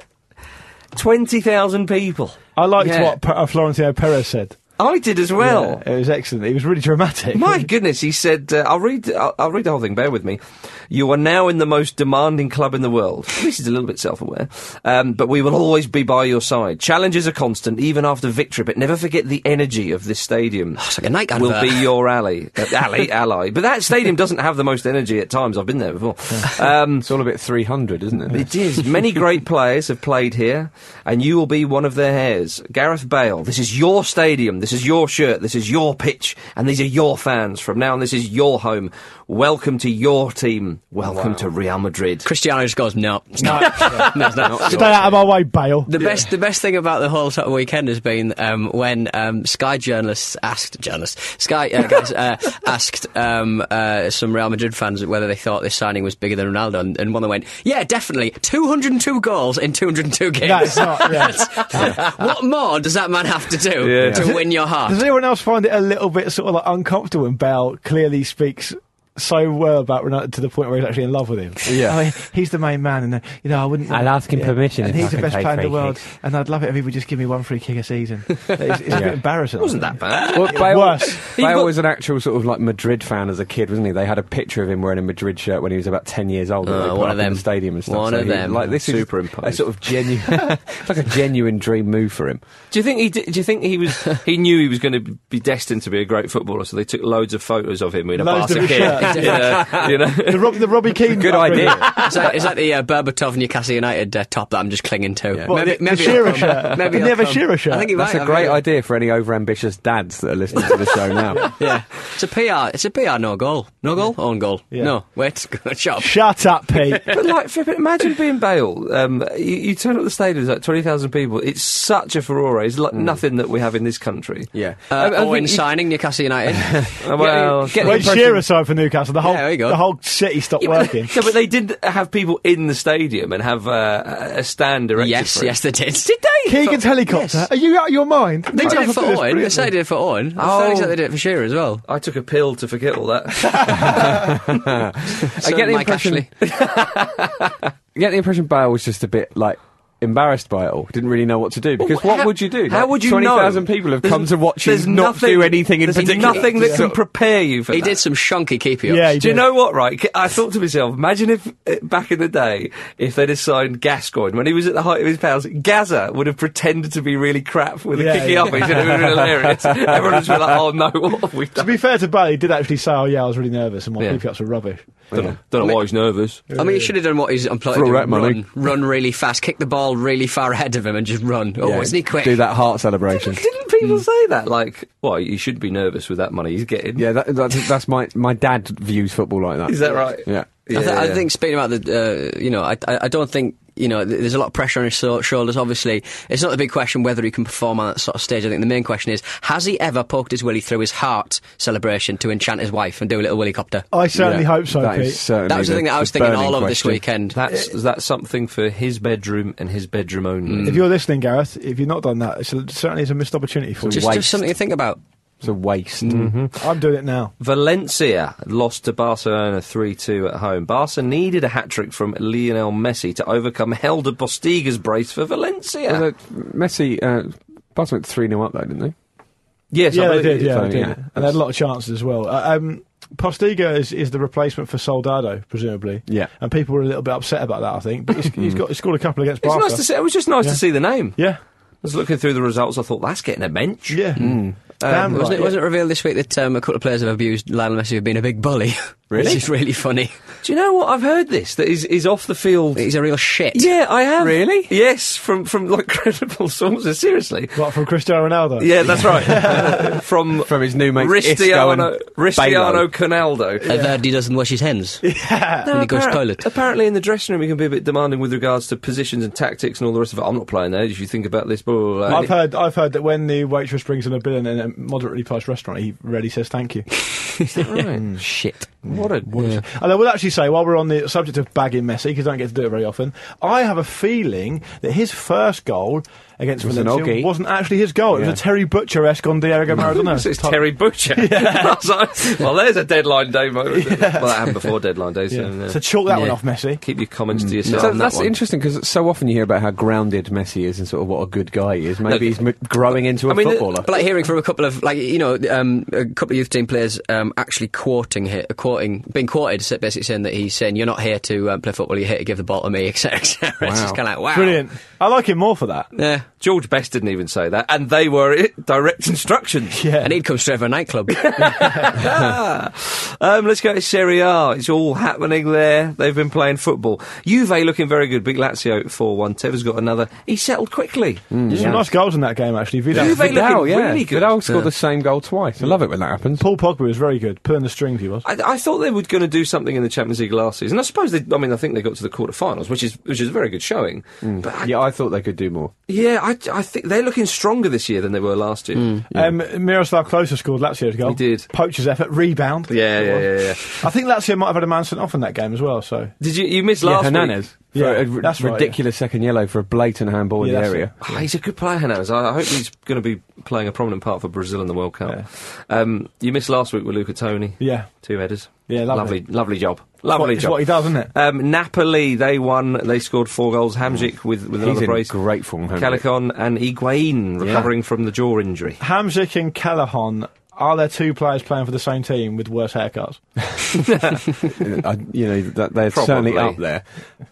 Speaker 5: 20,000 people.
Speaker 7: I liked
Speaker 5: Yeah.
Speaker 7: what P- uh, Florentino Perez said.
Speaker 5: I did as well.
Speaker 7: Yeah, it was excellent. It was really dramatic.
Speaker 5: My goodness, he said. Uh, I'll read. I'll, I'll read the whole thing. Bear with me. You are now in the most demanding club in the world. This is a little bit self-aware, um, but we will always be by your side. Challenges are constant, even after victory. But never forget the energy of this stadium.
Speaker 6: Oh, it's like a Nike
Speaker 5: will
Speaker 6: advert.
Speaker 5: be your alley, uh, alley, ally. But that stadium doesn't have the most energy at times. I've been there before. Um,
Speaker 8: It's all a bit 300, isn't it?
Speaker 5: it is. Many great players have played here, and you will be one of their hairs. Gareth Bale, this is your stadium, this is your shirt, this is your pitch, and these are your fans. From now on, this is your home. Welcome to your team. Welcome to Real Madrid.
Speaker 6: Cristiano just goes no. No, it's not.
Speaker 7: Stay out of my way, Bale.
Speaker 6: The best, the best thing about the whole sort of weekend has been um, when um, Sky journalists asked journalists Sky uh, guys uh, asked um, uh, some Real Madrid fans whether they thought this signing was bigger than Ronaldo, and, and one of them went, "Yeah, definitely, 202 goals in 202 games."
Speaker 7: No, it's not. yeah.
Speaker 6: what more does that man have to do
Speaker 5: Yeah.
Speaker 6: to win your heart?
Speaker 7: Does anyone else find it a little bit sort of like uncomfortable when Bell clearly speaks so well about Ronaldo to the point where he's actually in love with him?
Speaker 8: Yeah.
Speaker 7: Oh, he- he's the main man, and uh, you know I wouldn't.
Speaker 8: I'll ask him permission
Speaker 7: And
Speaker 8: if
Speaker 7: he's
Speaker 8: I
Speaker 7: the
Speaker 8: can
Speaker 7: best
Speaker 8: take
Speaker 7: player in the
Speaker 8: free
Speaker 7: world,
Speaker 8: kicks.
Speaker 7: and I'd love it if he would just give me one free kick a season. it's it's a
Speaker 8: Yeah.
Speaker 7: bit embarrassing.
Speaker 5: Wasn't that bad?
Speaker 8: Well, Bale,
Speaker 7: Worse.
Speaker 8: Bale was an actual sort of like Madrid fan as a kid, wasn't he? They had a picture of him wearing a Madrid shirt when he was about ten years old. that
Speaker 6: Uh,
Speaker 8: they put
Speaker 6: one
Speaker 8: up
Speaker 6: of
Speaker 8: in
Speaker 6: them.
Speaker 8: the stadium and stuff.
Speaker 6: One
Speaker 8: So
Speaker 6: of
Speaker 8: he-
Speaker 6: them.
Speaker 8: Like this
Speaker 5: Superimposed.
Speaker 8: is a sort of genuine, it's like a genuine dream move for him.
Speaker 5: Do you think he? Did, do you think he was? He knew he was going to be destined to be a great footballer, so they took loads of photos of him in a
Speaker 7: Loads of
Speaker 5: Barca
Speaker 7: his
Speaker 5: kit.
Speaker 7: shirts.
Speaker 5: Yeah, you know.
Speaker 7: The, Rob, the Robbie Keane.
Speaker 8: Good idea.
Speaker 6: Is that, is that the uh, Berbatov Newcastle United uh, top that I'm just clinging to?
Speaker 8: Yeah.
Speaker 7: What, the- the
Speaker 6: it'll
Speaker 7: Shearer
Speaker 6: come.
Speaker 7: shirt?
Speaker 6: Maybe
Speaker 7: The
Speaker 6: it'll
Speaker 7: Never
Speaker 6: come.
Speaker 7: Shearer shirt.
Speaker 6: I think he
Speaker 8: That's
Speaker 6: might
Speaker 8: a
Speaker 6: have,
Speaker 5: uh,
Speaker 8: great
Speaker 6: yeah.
Speaker 8: idea for any overambitious dads that are listening to the show now.
Speaker 6: Yeah, it's a PR. It's a PR. No goal. No goal. Own goal.
Speaker 7: Yeah.
Speaker 6: No. Wait. Good job.
Speaker 7: Shut up, Pete.
Speaker 5: But like, flip it, imagine being Bale. Um, you, you turn up the stadium, there's like twenty thousand people. It's such a furore. It's like nothing that we have in this country.
Speaker 8: Yeah.
Speaker 6: Uh,
Speaker 8: I- I
Speaker 6: Owen
Speaker 8: think you-
Speaker 6: signing Newcastle United.
Speaker 5: Uh, well,
Speaker 8: get-
Speaker 7: When
Speaker 8: impression-
Speaker 7: Shearer signed for Newcastle, the whole
Speaker 6: there you go.
Speaker 7: the whole city stopped
Speaker 5: Yeah, but,
Speaker 7: working.
Speaker 5: yeah, but they did have people in the stadium and have uh, a stand directed.
Speaker 6: yes,
Speaker 5: for it.
Speaker 6: yes, they did.
Speaker 5: Did they?
Speaker 7: Keegan's helicopter. Are you out of your mind?
Speaker 6: They
Speaker 7: Newcastle
Speaker 6: did it for
Speaker 7: this
Speaker 6: Owen. They
Speaker 7: brilliantly.
Speaker 6: say they did it for Owen.
Speaker 5: Oh.
Speaker 6: I thought they did it for Shearer as well.
Speaker 5: I took a pill to forget all that.
Speaker 6: So
Speaker 8: get the
Speaker 6: Mike
Speaker 8: impression-
Speaker 6: Ashley.
Speaker 8: You get the impression Bale was just a bit like embarrassed by it all. Didn't really know what to do because
Speaker 5: Well,
Speaker 8: what
Speaker 5: how-
Speaker 8: would you do?
Speaker 5: How
Speaker 8: Like,
Speaker 5: would you know?
Speaker 8: 20,000 people have
Speaker 5: There's-
Speaker 8: come to watch you
Speaker 5: there's
Speaker 8: not
Speaker 5: nothing-
Speaker 8: do anything in
Speaker 5: there's
Speaker 8: particular.
Speaker 5: nothing that can prepare you for
Speaker 6: He
Speaker 5: that.
Speaker 6: did some shonky keepy ups.
Speaker 7: Yeah, he
Speaker 5: Do you
Speaker 7: did.
Speaker 5: know what, right? I thought to myself, imagine if uh, back in the day, if they'd assigned Gascoigne, when he was at the height of his powers, Gaza would have pretended to be really crap with a
Speaker 7: Yeah,
Speaker 5: kicking
Speaker 7: yeah.
Speaker 5: up. It would have been hilarious. Everyone would have been like, oh no, what have we
Speaker 7: To
Speaker 5: done?
Speaker 7: be fair to Bradley, he did actually say, "Oh yeah, I was really nervous, and my
Speaker 5: Yeah.
Speaker 7: keepy ups were rubbish."
Speaker 5: Don't know, don't know why he's nervous.
Speaker 6: I mean, he should have done what he's employed to
Speaker 8: For
Speaker 6: do.
Speaker 8: all that
Speaker 6: Run,
Speaker 8: money.
Speaker 6: run really fast, kick the ball really far ahead of him, and just run. Oh,
Speaker 8: Yeah,
Speaker 6: wasn't he quick?
Speaker 8: Do that heart celebration.
Speaker 5: Didn't
Speaker 6: Hmm.
Speaker 5: people say that? Like, well, you shouldn't be nervous with that money he's getting.
Speaker 8: yeah, that, that's, that's my my dad views football like that.
Speaker 5: Is that right?
Speaker 8: Yeah.
Speaker 6: I, th-
Speaker 5: Yeah,
Speaker 6: I
Speaker 5: yeah.
Speaker 6: think speaking about the, uh, you know, I, I, I don't think. You know, th- there's a lot of pressure on his so- shoulders. Obviously, it's not the big question whether he can perform on that sort of stage. I think the main question is: Has he ever poked his willy through his heart celebration to enchant his wife and do a little willy copter?
Speaker 7: I certainly
Speaker 8: Yeah.
Speaker 7: hope so,
Speaker 8: That
Speaker 7: Pete.
Speaker 8: is certainly
Speaker 6: that was the thing that I was
Speaker 8: the
Speaker 6: thinking
Speaker 8: burning
Speaker 6: all of this
Speaker 8: question.
Speaker 6: weekend.
Speaker 7: Eh,
Speaker 5: That's, that's something for his bedroom and his bedroom only.
Speaker 7: Mm. if you're listening, Gareth, if you've not done that, it's a, certainly is a missed opportunity for you.
Speaker 6: just, just something to think about.
Speaker 8: It's a waste.
Speaker 7: I'm doing it now.
Speaker 5: Valencia lost to Barcelona 3 2 at home. Barca needed a hat trick from Lionel Messi to overcome Helder Bostiga's brace for Valencia.
Speaker 8: Although Messi, uh, Barca went 3 0 up, though, didn't they?
Speaker 5: yes, I
Speaker 7: yeah, they
Speaker 5: believe
Speaker 7: did.
Speaker 5: it.
Speaker 7: Yeah,
Speaker 8: so,
Speaker 7: they did.
Speaker 8: yeah.
Speaker 7: and they had a lot of chances as well. Uh, um, Postiga is, is the replacement for Soldado, presumably.
Speaker 8: Yeah.
Speaker 7: and people were a little bit upset about that. I think, but he's, he's got he scored a couple against
Speaker 5: It's
Speaker 7: Barca.
Speaker 5: nice to see. It was just nice
Speaker 7: Yeah.
Speaker 5: to see the name.
Speaker 7: Yeah,
Speaker 5: I was looking through the results. I thought that's getting a bench.
Speaker 7: yeah. Damn
Speaker 6: Wasn't,
Speaker 7: right.
Speaker 6: it, wasn't it revealed this week that um, a couple of players have abused Lionel Messi of being a big bully?
Speaker 8: Really?
Speaker 6: Which is really funny.
Speaker 5: Do you know what? I've heard this that is is off the field.
Speaker 6: He's a real shit.
Speaker 5: yeah, I have.
Speaker 8: Really?
Speaker 5: Yes, from from like credible sources. Seriously.
Speaker 7: What from Cristiano Ronaldo?
Speaker 5: Yeah, that's right. from
Speaker 8: From his new mates, Isco and
Speaker 5: Cristiano Cristiano
Speaker 8: Balo.
Speaker 5: Canaldo.
Speaker 6: Uh, that he doesn't wash his hands. When he goes
Speaker 5: appar-
Speaker 6: toilet.
Speaker 5: Apparently, in the dressing room, he can be a bit demanding with regards to positions and tactics and all the rest of it. I'm not playing there. If you think about this, blah blah blah. And
Speaker 7: I've
Speaker 5: it-
Speaker 7: heard, I've heard that when the waitress brings in a bill in a moderately priced restaurant, he really says thank you.
Speaker 5: Right.
Speaker 6: Shit.
Speaker 5: What a
Speaker 7: And I will actually say, while we're on the subject of bagging Messi, because I don't get to do it very often, I have a feeling that his first goal against
Speaker 8: Was an
Speaker 7: Valencia
Speaker 8: oggie.
Speaker 7: wasn't actually his goal. It
Speaker 8: Yeah.
Speaker 7: was a Terry Butcher-esque on Diego Maradona.
Speaker 5: It's Terry Butcher. well, there's a deadline day moment. Well, that happened before deadline day. So,
Speaker 7: Yeah.
Speaker 5: uh, yeah.
Speaker 7: So chalk that one
Speaker 6: Yeah.
Speaker 7: off, Messi.
Speaker 5: Keep your comments to yourself.
Speaker 8: So
Speaker 5: on that
Speaker 8: that's
Speaker 5: one.
Speaker 8: interesting because so often you hear about how grounded Messi is and sort of what a good guy he is. Maybe
Speaker 5: Look,
Speaker 8: he's m- growing into a
Speaker 5: I mean, the-
Speaker 8: footballer.
Speaker 6: But like hearing from a couple of like you know um, a couple of youth team players um, actually quoting here, quoting being quoted, so basically saying that he's saying you're not here to um, play football, you're here to give the ball to me, etc. etc. It's just kind of like wow,
Speaker 7: Brilliant. I like him more for that.
Speaker 6: Yeah.
Speaker 5: George Best didn't even say that, and they were it, direct instructions.
Speaker 7: Yeah.
Speaker 6: And he'd come straight from a nightclub.
Speaker 5: um, let's go to Serie A. It's all happening there. They've been playing football. Juve looking very good. Big Lazio 4 1. Teva's got another. He settled quickly.
Speaker 7: There's some nice goals in that game, actually. Vidal.
Speaker 5: Juve looking
Speaker 8: Vidal, Mm. yeah.
Speaker 5: really good.
Speaker 8: Vidal scored the same goal twice. I love it when that happens.
Speaker 7: Paul Pogba was very good, pulling the strings he was.
Speaker 5: I, I thought they were going to do something in the Champions League last season. I suppose they, I mean, I think they got to the quarterfinals, which is which is a very good showing. But I,
Speaker 8: Mm. Yeah, I thought they could do more.
Speaker 5: yeah, I, I think they're looking stronger this year than they were last year.
Speaker 8: Mm.
Speaker 7: Um, Miroslav Klose scored Lazio's goal.
Speaker 5: He did.
Speaker 7: Poacher's effort, rebound.
Speaker 5: Yeah, yeah, yeah, yeah.
Speaker 7: I think Lazio might have had a man sent off in that game as well, so.
Speaker 5: Did you you missed
Speaker 8: Yeah,
Speaker 5: last
Speaker 8: Hernandez.
Speaker 5: week?
Speaker 8: for
Speaker 7: Yeah,
Speaker 8: a r-
Speaker 7: that's right,
Speaker 8: ridiculous second yellow for a blatant handball
Speaker 7: Yeah,
Speaker 8: in the
Speaker 7: that's
Speaker 8: area.
Speaker 5: Oh, he's a good player, Hernandez. I, I hope he's going to be playing a prominent part for Brazil in the World Cup. Um, you missed last week with Luca Toni.
Speaker 7: Yeah.
Speaker 5: Two headers.
Speaker 7: Yeah, lovely.
Speaker 5: lovely, lovely job. Lovely
Speaker 7: it's
Speaker 5: job.
Speaker 7: what he does, isn't it?
Speaker 5: Um, Napoli, they won. They scored four goals. Hamzik with, with
Speaker 8: He's
Speaker 5: another
Speaker 8: in
Speaker 5: brace.
Speaker 8: great form. Henrik.
Speaker 5: Calicon and Higuain recovering from the jaw injury.
Speaker 7: Hamzik and Callahan, are there two players playing for the same team with worse haircuts?
Speaker 8: I, you know, that they're
Speaker 5: Probably.
Speaker 8: certainly up there.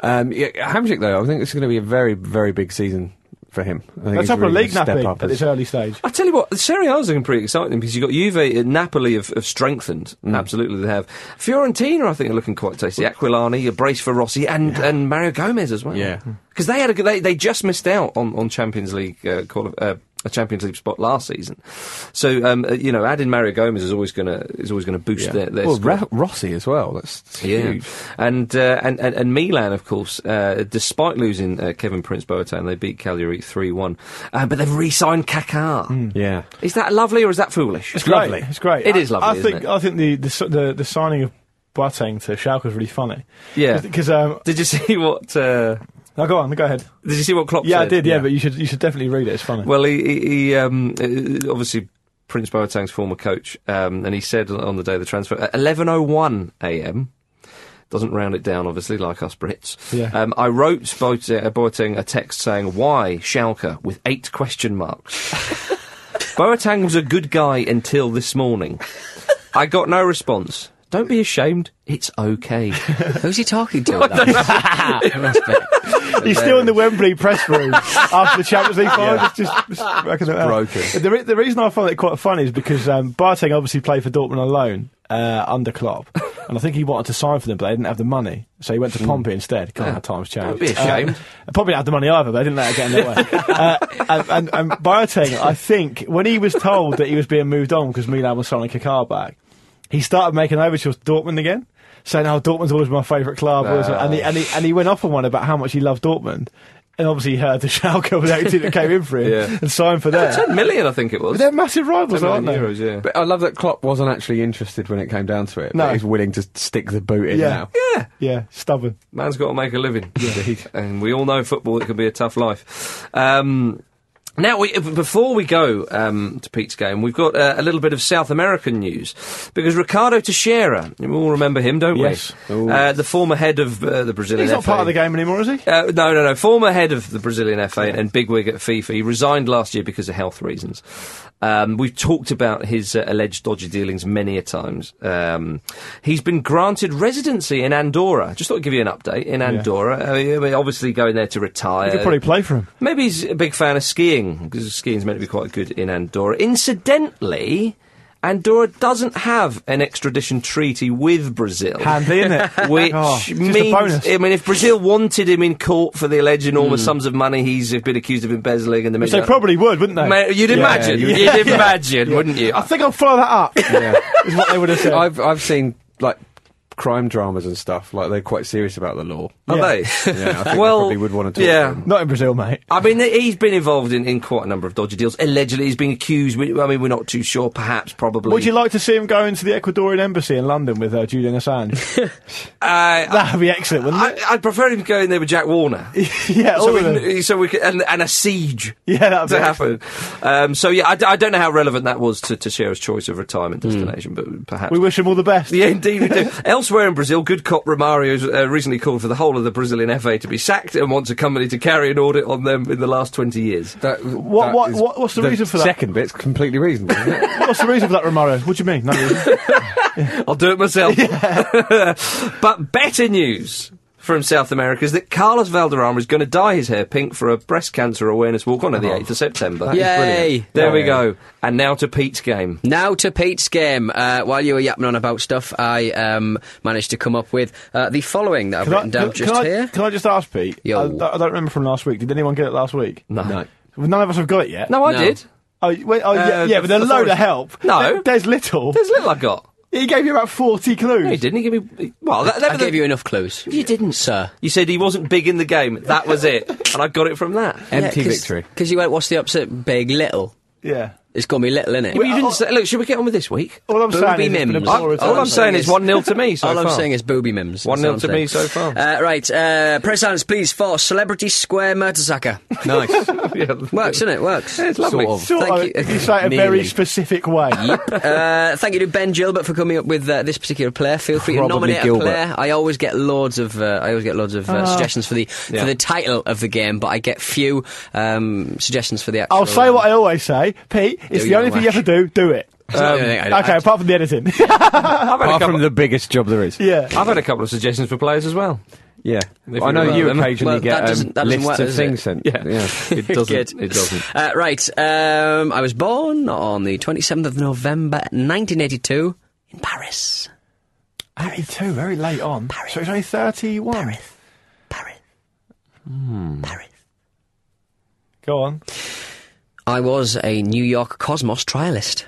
Speaker 8: Um, yeah, Hamzik, though, I think it's going to be a very, very big season for him. I think
Speaker 7: That's
Speaker 8: he's
Speaker 7: up a
Speaker 8: really
Speaker 7: league
Speaker 8: gonna step
Speaker 7: napping
Speaker 8: up
Speaker 7: at
Speaker 8: as-
Speaker 7: this early stage.
Speaker 5: I tell you what, the Serie A's looking pretty exciting because you've got Juve and Napoli have, have strengthened. Absolutely, they have. Fiorentina, I think, are looking quite tasty. Aquilani, a brace for Rossi, and, and Mario Gomez as well.
Speaker 8: Yeah.
Speaker 5: because they had a good, they, they just missed out on, on Champions League uh, quali- uh, a Champions League spot last season. So um, uh, you know, adding Mario Gomez is always going to is always going to boost their, their
Speaker 8: well,
Speaker 5: squad.
Speaker 8: Ra- Rossi as well. That's, that's
Speaker 5: Yeah,
Speaker 8: huge.
Speaker 5: and, uh, and and and Milan, of course, uh, despite losing uh, Kevin Prince Boateng, they beat Cagliari three one, uh, but they've re-signed Kaká.
Speaker 8: Hmm. Yeah.
Speaker 5: Is that lovely or is that foolish?
Speaker 7: Hmm. It's great. It's great.
Speaker 5: It
Speaker 7: I-
Speaker 5: is lovely,
Speaker 7: I
Speaker 5: isn't
Speaker 7: think.
Speaker 5: it?
Speaker 7: I think the the s- the, the signing of Boateng to Schalke is really funny.
Speaker 5: Yeah.
Speaker 7: Because um,
Speaker 5: Did you see what? Uh,
Speaker 7: no, go on, go ahead.
Speaker 5: did you see what Klopp
Speaker 7: Yeah,
Speaker 5: said?
Speaker 7: I did. Yeah, but you should you should definitely read it. It's funny.
Speaker 5: Well, he, he, he um, uh, obviously Prince oh Boateng's former coach, um, and he said on the day of the transfer, at 11:01 a.m. Doesn't round it down, obviously, like us Brits.
Speaker 7: Yeah.
Speaker 5: Um, I wrote Boating, uh, Boateng a text saying, Why Schalke? with eight question marks. Boateng was a good guy until this morning. I got no response. Don't be ashamed. It's okay.
Speaker 6: Who's he talking to? at that point?
Speaker 7: He's still in the Wembley press room after the Champions League final. Just, just, just reckon that out.
Speaker 8: broken.
Speaker 7: The, re- the reason I find it quite funny is because um, Boateng obviously played for Dortmund alone uh, under Klopp, and I think he wanted to sign for them, but they didn't have the money, so he went to Pompey instead. God, how times change.
Speaker 5: Hmm. Don't be ashamed.
Speaker 7: Uh, Pompey didn't have the money either, but they didn't let it get in their way. uh, and, and, and Boateng, I think, when he was told that he was being moved on because Milan was signing Kakar back, he started making overtures to Dortmund again. Saying, "Oh, Dortmund's always my favourite club," always
Speaker 5: Ah.
Speaker 7: my-" and, he, and he and he went off on one about how much he loved Dortmund, and obviously he heard the Schalke was the only team that came in for him
Speaker 5: Yeah.
Speaker 7: and signed for them.
Speaker 5: 10 million, I think it was.
Speaker 7: They're massive rivals,
Speaker 5: 10
Speaker 7: aren't
Speaker 5: million
Speaker 7: they?
Speaker 5: euros, yeah.
Speaker 8: But I love that Klopp wasn't actually interested when it came down to it.
Speaker 7: No.
Speaker 8: but he's willing to stick the boot in
Speaker 7: Yeah.
Speaker 8: now.
Speaker 5: yeah.
Speaker 7: Yeah, stubborn.
Speaker 5: Man's got to make a living. and we all know football, it can be a tough life. Um, now, we, if- before we go um, to Pete's game, we've got uh, a little bit of South American news because Ricardo Teixeira, you all remember him, don't
Speaker 7: Yes.
Speaker 5: we? Uh, the former head of uh, the Brazilian
Speaker 7: He's not
Speaker 5: FA.
Speaker 7: part of the game anymore, is he?
Speaker 5: Uh, no, no, no. Former head of the Brazilian FA and bigwig at FIFA. He resigned last year because of health reasons. Um, we've talked about his uh, alleged dodgy dealings many a times. Um, he's been granted residency in Andorra. Just thought I'd give you an update. In Andorra, Uh, yeah, we're obviously going there to retire.
Speaker 7: He could probably play for him.
Speaker 5: Maybe he's a big fan of skiing because skiing's meant to be quite good in Andorra. Incidentally, Andorra doesn't have an extradition treaty with Brazil.
Speaker 7: Handy, isn't it?
Speaker 5: Which
Speaker 7: Oh, just a
Speaker 5: means,
Speaker 7: bonus.
Speaker 5: I mean, if Brazil wanted him in court for the alleged enormous sums of money he's been accused of embezzling in the
Speaker 7: Which they
Speaker 5: media,
Speaker 7: probably would, wouldn't they?
Speaker 5: Ma- you'd
Speaker 7: Yeah,
Speaker 5: imagine,
Speaker 7: yeah,
Speaker 5: you'd
Speaker 7: yeah.
Speaker 5: imagine, wouldn't you?
Speaker 7: I think I'll follow that up. Is what they would have said.
Speaker 8: I've I've seen like crime dramas and stuff like they're quite serious about the law.
Speaker 5: Are
Speaker 7: Yeah.
Speaker 5: they?
Speaker 8: Yeah, I think
Speaker 5: well,
Speaker 8: they probably would want to talk.
Speaker 5: yeah.
Speaker 8: To them.
Speaker 7: not in Brazil, mate.
Speaker 5: I mean, he's been involved in, in quite a number of dodgy deals. Allegedly, he's been accused. We- I mean, we're not too sure. Perhaps, probably.
Speaker 7: Would you like to see him go into the Ecuadorian embassy in London with uh, Julian Assange?
Speaker 5: Uh,
Speaker 7: that would be excellent, wouldn't
Speaker 5: I, I'd prefer him going there with Jack Warner.
Speaker 7: it? yeah,
Speaker 5: so,
Speaker 7: all
Speaker 5: we,
Speaker 7: of them.
Speaker 5: can- so we could, and, and a siege
Speaker 7: Yeah, that'd be
Speaker 5: to happen. Um, so yeah, I, d- I don't know how relevant that was to, to Shearer's choice of retirement
Speaker 6: Hmm.
Speaker 5: destination, but perhaps
Speaker 7: We wish him all the best.
Speaker 5: Yeah, indeed we do. Elsewhere in Brazil, good cop Romario uh, recently called for the whole of the Brazilian FA to be sacked and wants a company to carry an audit on them in the last 20 years.
Speaker 8: That,
Speaker 7: What- what- what- what's the reason for that?
Speaker 8: Second bit's completely reasonable. Isn't it?
Speaker 7: What's the reason for that, Romero? What do you mean? No reason.
Speaker 5: I'll do it myself. but better news from South America is that Carlos Valderrama is going to dye his hair pink for a breast cancer awareness walk
Speaker 6: Oh.
Speaker 5: on on the 8th of September.
Speaker 6: Yay!
Speaker 5: There we go. And now to Pete's game.
Speaker 6: Now to Pete's game. Uh, while you were yapping on about stuff, I um, managed to come up with uh, the following that I've written down just
Speaker 7: can I,
Speaker 6: here.
Speaker 7: can I just ask, Pete?
Speaker 6: Yo.
Speaker 7: I, I don't remember from last week. Did anyone get it last week?
Speaker 5: No.
Speaker 7: Well, None of us have got it yet.
Speaker 5: No, I
Speaker 6: No.
Speaker 5: did.
Speaker 7: Oh, wait, oh yeah,
Speaker 5: Uh,
Speaker 7: yeah, but there's a load
Speaker 5: authority-
Speaker 7: of help.
Speaker 5: No.
Speaker 7: There- There's little.
Speaker 5: There's little I got.
Speaker 7: He gave you about 40 clues.
Speaker 5: No, he didn't. He gave me. Well, that, that
Speaker 6: I
Speaker 5: was the-
Speaker 6: gave you enough clues.
Speaker 5: You didn't.
Speaker 6: sir.
Speaker 5: You said he wasn't big in the game. That was it. and I got it from that.
Speaker 8: Empty victory.
Speaker 6: Because you went, what's the opposite? Big, little.
Speaker 7: Yeah.
Speaker 6: It's going to be little, innit?
Speaker 5: But you didn't say, look, should we get on with this week?
Speaker 7: All I'm saying
Speaker 6: Booby
Speaker 7: is it's been a
Speaker 6: Mims.
Speaker 5: I-
Speaker 7: poor
Speaker 5: all
Speaker 7: return.
Speaker 5: I'm saying is 1 0 to me so
Speaker 6: All
Speaker 5: far.
Speaker 6: I'm saying is booby mims. That's
Speaker 5: 1-0
Speaker 6: all I'm
Speaker 5: to me so
Speaker 6: saying.
Speaker 5: far.
Speaker 6: Uh, right, uh, press silence, please, for Celebrity Square Murdersaka.
Speaker 8: Nice.
Speaker 5: Yeah.
Speaker 6: Works, innit? Works.
Speaker 5: It's lovely.
Speaker 8: Sort of.
Speaker 7: Sort
Speaker 6: Thank
Speaker 7: of,
Speaker 6: you.
Speaker 7: if you say it a
Speaker 6: Nearly.
Speaker 7: very specific way.
Speaker 6: uh, thank you to Ben Gilbert for coming up with uh, this particular player. Feel free
Speaker 8: Probably
Speaker 6: to nominate
Speaker 8: Gilbert.
Speaker 6: a player. I always get loads of uh, I always get loads of uh,
Speaker 7: Oh.
Speaker 6: suggestions for the
Speaker 5: Yeah.
Speaker 6: for the title of the game, but I get few um, suggestions for the actual. uh,
Speaker 7: I'll say what I always say. Pete,
Speaker 6: Do
Speaker 7: it's the
Speaker 6: your
Speaker 7: only thing you ever do, do it.
Speaker 6: It's not the only thing I-
Speaker 7: okay,
Speaker 6: I-
Speaker 7: apart from the editing.
Speaker 5: I've, had a
Speaker 8: Apart from
Speaker 5: couple,
Speaker 8: the biggest job there is.
Speaker 7: yeah.
Speaker 5: I've had a couple of suggestions for players as well.
Speaker 8: Yeah.
Speaker 5: If
Speaker 8: I
Speaker 5: you
Speaker 8: know
Speaker 5: remember
Speaker 8: you
Speaker 5: them.
Speaker 8: occasionally
Speaker 6: Well, that
Speaker 8: get um,
Speaker 6: doesn't- that doesn't
Speaker 8: lists
Speaker 6: work,
Speaker 8: of
Speaker 6: does
Speaker 8: things
Speaker 6: it?
Speaker 8: sent.
Speaker 5: Yeah. It doesn't.
Speaker 6: Good.
Speaker 5: it doesn't.
Speaker 6: Uh, right, um, I was born on the 27th of November 1982 in Paris.
Speaker 7: 82, very late on. So it's only 31.
Speaker 6: Paris.
Speaker 5: Hmm.
Speaker 6: Paris.
Speaker 7: Go on.
Speaker 6: I was a New York Cosmos trialist.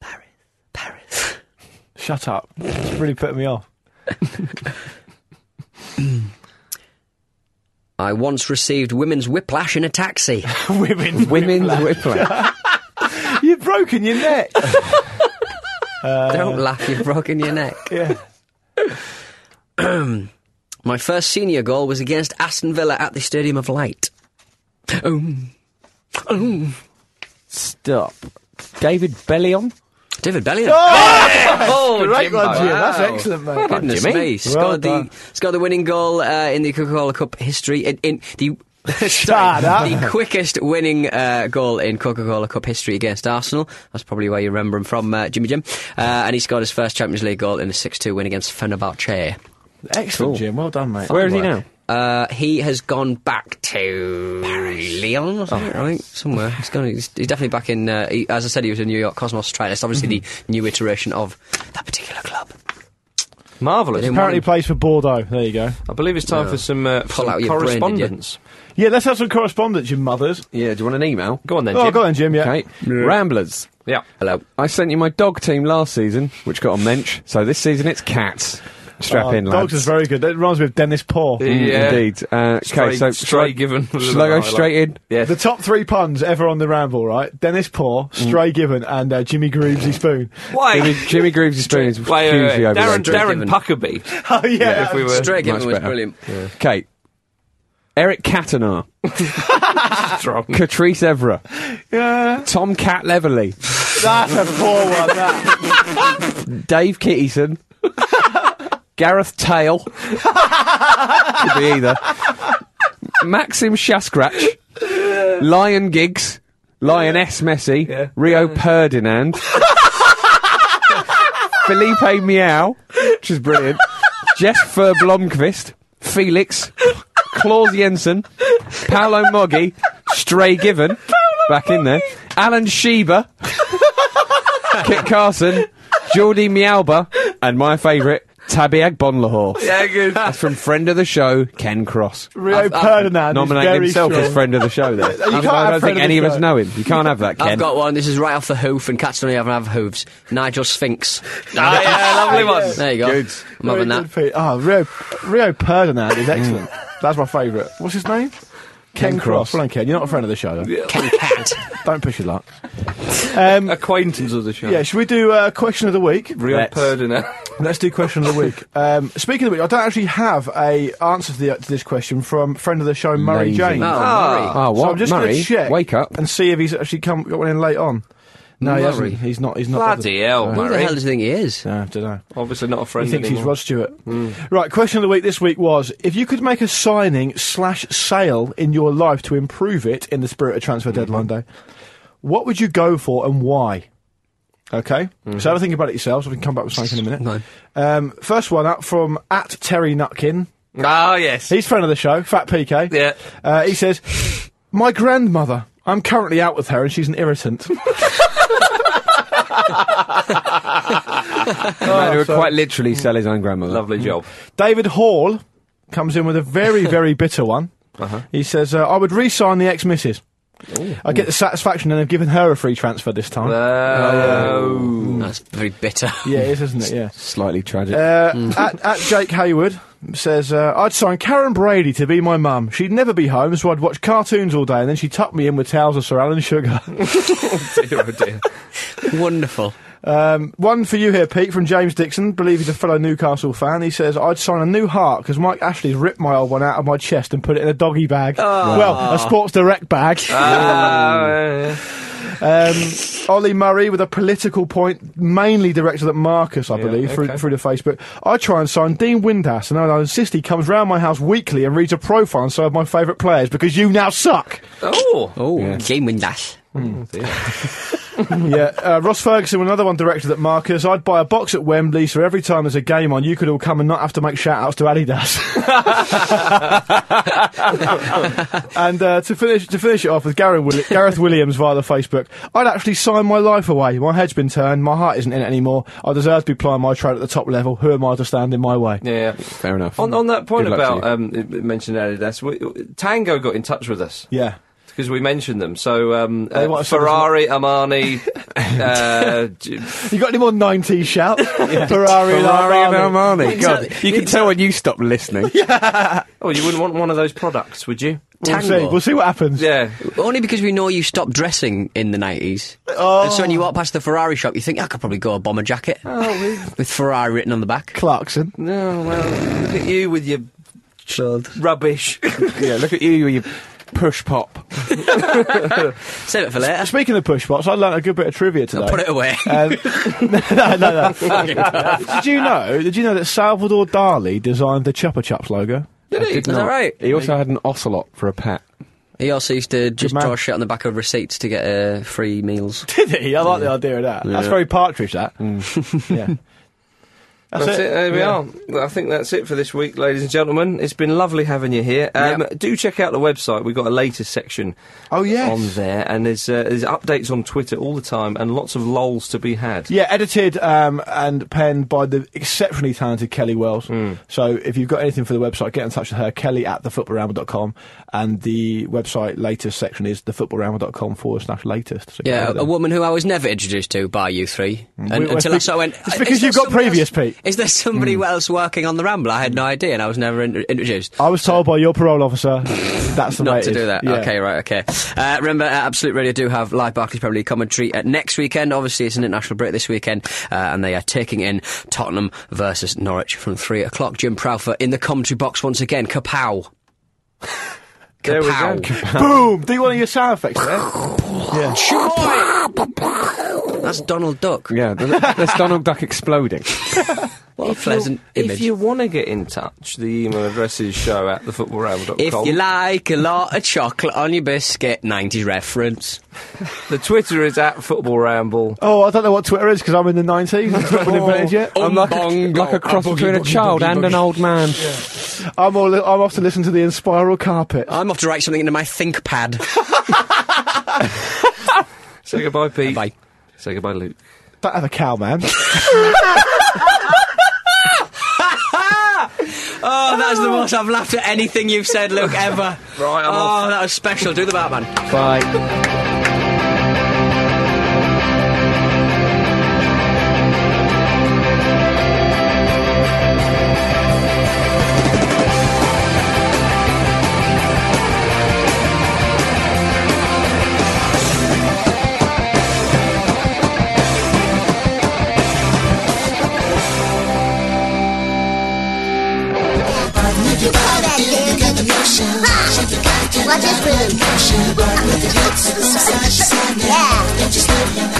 Speaker 6: Paris. Paris.
Speaker 7: Shut up. It's really putting me off.
Speaker 6: I once received women's whiplash in a taxi.
Speaker 7: Women.
Speaker 8: Women's whiplash.
Speaker 7: You've broken your neck.
Speaker 6: Don't laugh, you've broken your neck.
Speaker 7: yeah.
Speaker 6: My first senior goal was against Aston Villa at the Stadium of Light. Um, um.
Speaker 8: Stop. David Bellion?
Speaker 6: David Bellion.
Speaker 5: Oh,
Speaker 7: Great
Speaker 5: Jimbo.
Speaker 7: one, Jim. That's
Speaker 5: Wow.
Speaker 7: excellent, mate.
Speaker 6: Well done,
Speaker 8: Goodness
Speaker 6: Jimmy.
Speaker 8: me.
Speaker 6: Scored
Speaker 7: Well
Speaker 6: the
Speaker 7: done.
Speaker 6: scored the winning goal uh, in the Coca-Cola Cup history. In, in the sorry,
Speaker 7: Shut up.
Speaker 6: the quickest winning uh, goal in Coca-Cola Cup history against Arsenal. That's probably where you remember him from, uh, Jimmy Jim. Uh, and he scored his first Champions League goal in a 6-2 win against Fenerbahce.
Speaker 7: Excellent, Jim. Well done, mate.
Speaker 8: Where is he now?
Speaker 6: Uh, he has gone back to Lyon, or something,
Speaker 7: Oh,
Speaker 6: right? Somewhere. He's gone. He's, he's definitely back in. Uh, he, as I said, he was in New York Cosmos trial. It's obviously
Speaker 7: Mm-hmm.
Speaker 6: the new iteration of that particular club.
Speaker 5: Marvellous.
Speaker 7: Apparently plays for Bordeaux. There you go.
Speaker 5: I believe it's time
Speaker 6: Yeah.
Speaker 5: for some, uh, for
Speaker 6: Pull out
Speaker 5: some
Speaker 6: your brain, did you?
Speaker 5: correspondence.
Speaker 7: Yeah, let's have some correspondence, you mothers.
Speaker 8: Yeah, do you want an email?
Speaker 5: Go on then,
Speaker 7: Oh,
Speaker 5: Jim.
Speaker 7: go on, Jim. Yeah.
Speaker 8: Okay. Ramblers.
Speaker 5: Yeah.
Speaker 6: Hello.
Speaker 8: I sent you my dog team last season, which got a mensch. So this season it's cats. Strap
Speaker 7: Oh,
Speaker 8: in, lads.
Speaker 7: Dogs is very good. That reminds me of Dennis Paw.
Speaker 5: Yeah.
Speaker 8: Indeed. Uh,
Speaker 5: Straight-
Speaker 8: okay, so
Speaker 5: straight
Speaker 8: shall I-
Speaker 5: given.
Speaker 8: Shall I go straight in?
Speaker 5: Yeah.
Speaker 7: The top three puns ever on the ramble, right? Dennis Paw, Stray Given, and uh, Jimmy Groovesy Spoon.
Speaker 5: Why?
Speaker 8: Jimmy,
Speaker 5: Wait,
Speaker 8: Jimmy Greaves' spoon is
Speaker 5: wait,
Speaker 8: hugely
Speaker 5: wait. Darren,
Speaker 8: overrated.
Speaker 5: Darren
Speaker 6: Given.
Speaker 5: Puckerby.
Speaker 7: oh yeah,
Speaker 5: If we were
Speaker 6: Straight
Speaker 8: much
Speaker 6: given was
Speaker 8: better.
Speaker 6: brilliant.
Speaker 8: Okay. Eric Catanar,
Speaker 5: strong.
Speaker 8: Catrice Evra,
Speaker 7: yeah.
Speaker 8: Tom Cat Leverley,
Speaker 7: That's a poor one. That.
Speaker 8: Dave Kittyson, Gareth Tail, could be either, Maxim Shaskrach, Lion Giggs, Lioness Messi, Rio Ferdinand, Felipe Meow, which is brilliant, Jesper Blomqvist, Felix, Claus Jensen, Paolo Moggi, Stray Given, back in there, Alan Sheba, Kit Carson, Jordi Mialba, and my favourite, Tabiag Bonlahor.
Speaker 5: Yeah, good.
Speaker 8: That's from friend of the show, Ken Cross.
Speaker 7: Rio Ferdinand. is
Speaker 8: Nominating
Speaker 7: very
Speaker 8: himself
Speaker 7: strong.
Speaker 8: as friend of the show there. I
Speaker 7: can't
Speaker 8: don't- I
Speaker 7: have
Speaker 8: don't
Speaker 7: friend
Speaker 8: think
Speaker 7: of
Speaker 8: any
Speaker 7: the
Speaker 8: of us
Speaker 7: show.
Speaker 8: know him. You can't have that, Ken.
Speaker 6: I've got one. This is right off the hoof, and cats don't even have hooves. Nigel Sphinx.
Speaker 5: Ah, yeah, lovely one.
Speaker 6: There you go.
Speaker 8: Good.
Speaker 6: I'm having
Speaker 7: Very
Speaker 6: that.
Speaker 7: good feat. Oh, Rio, Rio Ferdinand is excellent. That's my favourite. What's his name? Ken, Cross.
Speaker 8: Cross.
Speaker 7: Well done, Ken. You're not a friend of the show, though.
Speaker 6: Ken Cat.
Speaker 7: Don't push your luck. Um,
Speaker 5: Acquaintance of the show.
Speaker 7: yeah, should we do uh, question of the week?
Speaker 5: Rio
Speaker 8: Let's-
Speaker 5: Perdina.
Speaker 7: Let's do question of the week. Um, speaking of which, I don't actually have a answer to, the, to this question from friend of the show Murray
Speaker 8: Amazing.
Speaker 7: James.
Speaker 6: Oh, Murray.
Speaker 8: Oh,
Speaker 7: So
Speaker 8: what?
Speaker 7: I'm just
Speaker 8: Murray,
Speaker 7: going to check,
Speaker 8: wake up.
Speaker 7: and see if he's actually come got one in late on. No,
Speaker 6: Murray.
Speaker 7: he hasn't. He's not. He's not. Uh,
Speaker 5: Bloody hell,
Speaker 6: Oh, Who the
Speaker 5: Murray.
Speaker 6: hell does he think he is?
Speaker 7: No, I don't know.
Speaker 5: Obviously not a
Speaker 7: He
Speaker 5: friend
Speaker 7: thinks he's
Speaker 5: anymore. Mm.
Speaker 7: Rod Stewart. Right. Question of the week this week was: If you could make a signing slash sale in your life to improve it in the spirit of transfer
Speaker 5: Mm-hmm.
Speaker 7: deadline day, what would you go for and why? Okay.
Speaker 5: Mm-hmm.
Speaker 7: So have a think about it yourselves. We can come back with something in a minute. Um, first one up from at Terry Nutkin.
Speaker 5: Ah, yes.
Speaker 7: He's friend of the show, Fat PK.
Speaker 5: Yeah.
Speaker 7: Uh, he says, "My grandmother. I'm currently out with her, and she's an irritant."
Speaker 8: A man who would quite literally
Speaker 7: Mm.
Speaker 8: sell his own grandmother.
Speaker 5: Oh, Lovely job.
Speaker 7: David Hall comes in with a very, very bitter one. He says, uh, I would re sign the ex missus. I get the satisfaction then of giving her a free transfer this time.
Speaker 5: Uh, Oh.
Speaker 6: That's very bitter.
Speaker 7: yeah, it is, isn't it? Yeah.
Speaker 8: Slightly tragic.
Speaker 7: Uh, at, at Jake Hayward says, uh, I'd sign Karen Brady to be my mum. She'd never be home, so I'd watch cartoons all day, and then she'd tuck me in with towels of Sir Alan Sugar.
Speaker 5: dear, oh dear.
Speaker 6: Wonderful.
Speaker 7: Um, one for you here, Pete, from James Dixon. Believe he's a fellow Newcastle fan. He says, I'd sign a new heart because Mike Ashley's ripped my old one out of my chest and put it in a doggy bag. Well, a Sports Direct bag.
Speaker 5: Ah,
Speaker 7: Um, Ollie Murray with a political point, mainly directed at Marcus, I believe, through,
Speaker 5: okay.
Speaker 7: through the Facebook. I try and sign Dean Windass, and I insist he comes round my house weekly and reads a profile on some of my favourite players because you now suck.
Speaker 5: oh.
Speaker 6: Oh, Jane Windass.
Speaker 7: yeah, uh, Ross Ferguson, another one directed at Marcus. I'd buy a box at Wembley, so every time there's a game on, you could all come and not have to make shout outs to Adidas. and uh, to finish to finish it off with Gareth, Willi- Gareth Williams via the Facebook, I'd actually sign my life away. My head's been turned, my heart isn't in it anymore. I deserve to be playing my trade at the top level. Who am I to stand in my way?
Speaker 5: Yeah.
Speaker 8: Fair enough.
Speaker 5: On, on that point
Speaker 8: Good luck to
Speaker 5: about
Speaker 8: you.
Speaker 5: um, it- it mentioned Adidas, we, Tango got in touch with us
Speaker 7: Yeah.
Speaker 5: because we mentioned them. So um,
Speaker 7: They
Speaker 5: uh,
Speaker 7: want to send us
Speaker 5: Ferrari, Armani, uh, G-
Speaker 7: You got any more 90s shout? Ferrari, and
Speaker 8: Ferrari and
Speaker 7: Armani.
Speaker 8: Armani. God, you can tell when you stop listening.
Speaker 5: oh, you wouldn't want one of those products, would you?
Speaker 7: We'll see.
Speaker 6: Tango.
Speaker 7: We'll see what happens.
Speaker 5: Yeah.
Speaker 6: Only because we know you stopped dressing in the 90s. Oh. And so when you walk past the Ferrari shop, you think, I could probably go a bomber jacket with Ferrari written on the back.
Speaker 7: Clarkson.
Speaker 5: No, well, look at you with your
Speaker 6: Chilled.
Speaker 5: rubbish.
Speaker 8: yeah, look at you with your push pop.
Speaker 6: Save it for later.
Speaker 7: Speaking of push pops, I learned a good bit of trivia today.
Speaker 6: Put it away.
Speaker 7: Um, no, no, no. did you know? Did you know that Salvador Dali designed the Chupa Chups logo?
Speaker 6: Did he? Is that right?
Speaker 8: He also had an ocelot for a pet.
Speaker 6: He also used to just
Speaker 7: man.
Speaker 6: draw shit on the back of receipts to get uh, free meals.
Speaker 7: Did he? I like the idea of that. That's very partridge. That. yeah.
Speaker 5: That's, it. There we are. Well, I think that's it for this week, ladies and gentlemen. It's been lovely having you here. Um, Do check out the website. We've got a latest section.
Speaker 7: Oh, yes.
Speaker 5: on there, and there's uh, there's updates on Twitter all the time, and lots of lols to be had.
Speaker 7: Yeah, edited um, and penned by the exceptionally talented Kelly Wells. So if you've got anything for the website, get in touch with her, kelly at thefootballramble.com. And the website latest section is thefootballramble.com forward slash latest. So
Speaker 6: Yeah,
Speaker 7: go
Speaker 6: a
Speaker 7: there.
Speaker 6: woman who I was never introduced to by you three and,
Speaker 7: Mm. we-
Speaker 6: until I
Speaker 7: it's
Speaker 6: saw I went.
Speaker 7: because- it's
Speaker 6: "Is
Speaker 7: because
Speaker 6: there
Speaker 7: you've got
Speaker 6: somebody
Speaker 7: previous, Mm.
Speaker 6: else-
Speaker 7: Pete."
Speaker 6: Is there somebody else working on the Ramble? I had no idea, and I was never in- introduced.
Speaker 7: I was told by your parole officer that's the way
Speaker 6: Not
Speaker 7: it
Speaker 6: to
Speaker 7: is.
Speaker 6: do that.
Speaker 7: Yeah.
Speaker 6: Okay, right, okay. Uh, remember, uh, Absolute Radio do have live Barclays Premier League commentary uh, next weekend. Obviously, it's an international break this weekend, uh, and they are taking in Tottenham versus Norwich from 3 o'clock. Jim Proufer in the commentary box once again. Kapow.
Speaker 5: There we go.
Speaker 6: Kapow.
Speaker 7: Boom! Do one of your sound effects there.
Speaker 6: That's Donald Duck.
Speaker 8: Yeah, th- that's Donald Duck exploding.
Speaker 6: What a pleasant
Speaker 5: you,
Speaker 6: image.
Speaker 5: If you want to get in touch, the email address is show at thefootballramble.com.
Speaker 6: If you like a lot of chocolate on your biscuit, 90s reference.
Speaker 5: the Twitter is at Football Ramble.
Speaker 7: Oh, I don't know what Twitter is because I'm in the 90s. It's not been invented yet.
Speaker 8: I'm like a,
Speaker 6: Umbongo.
Speaker 8: like a cross
Speaker 6: Ah, boogie,
Speaker 8: between a
Speaker 6: boogie,
Speaker 8: child
Speaker 6: boogie,
Speaker 8: and
Speaker 6: boogie.
Speaker 8: an old man.
Speaker 7: I'm, all, I'm off to listen to the Inspiral Carpet.
Speaker 6: I'm off to write something into my ThinkPad.
Speaker 5: Say goodbye, Pete.
Speaker 6: Bye.
Speaker 5: Say goodbye, Luke.
Speaker 7: Don't have a cow, man.
Speaker 6: Oh, that's the most I've laughed at anything you've said, Luke, ever.
Speaker 5: Right, I'm
Speaker 6: oh,
Speaker 5: off.
Speaker 6: that was special. Do the Batman.
Speaker 7: Bye.
Speaker 9: You call that game contribution. What is real? With the hits of the sun, yeah. Get your stadium
Speaker 8: Oh,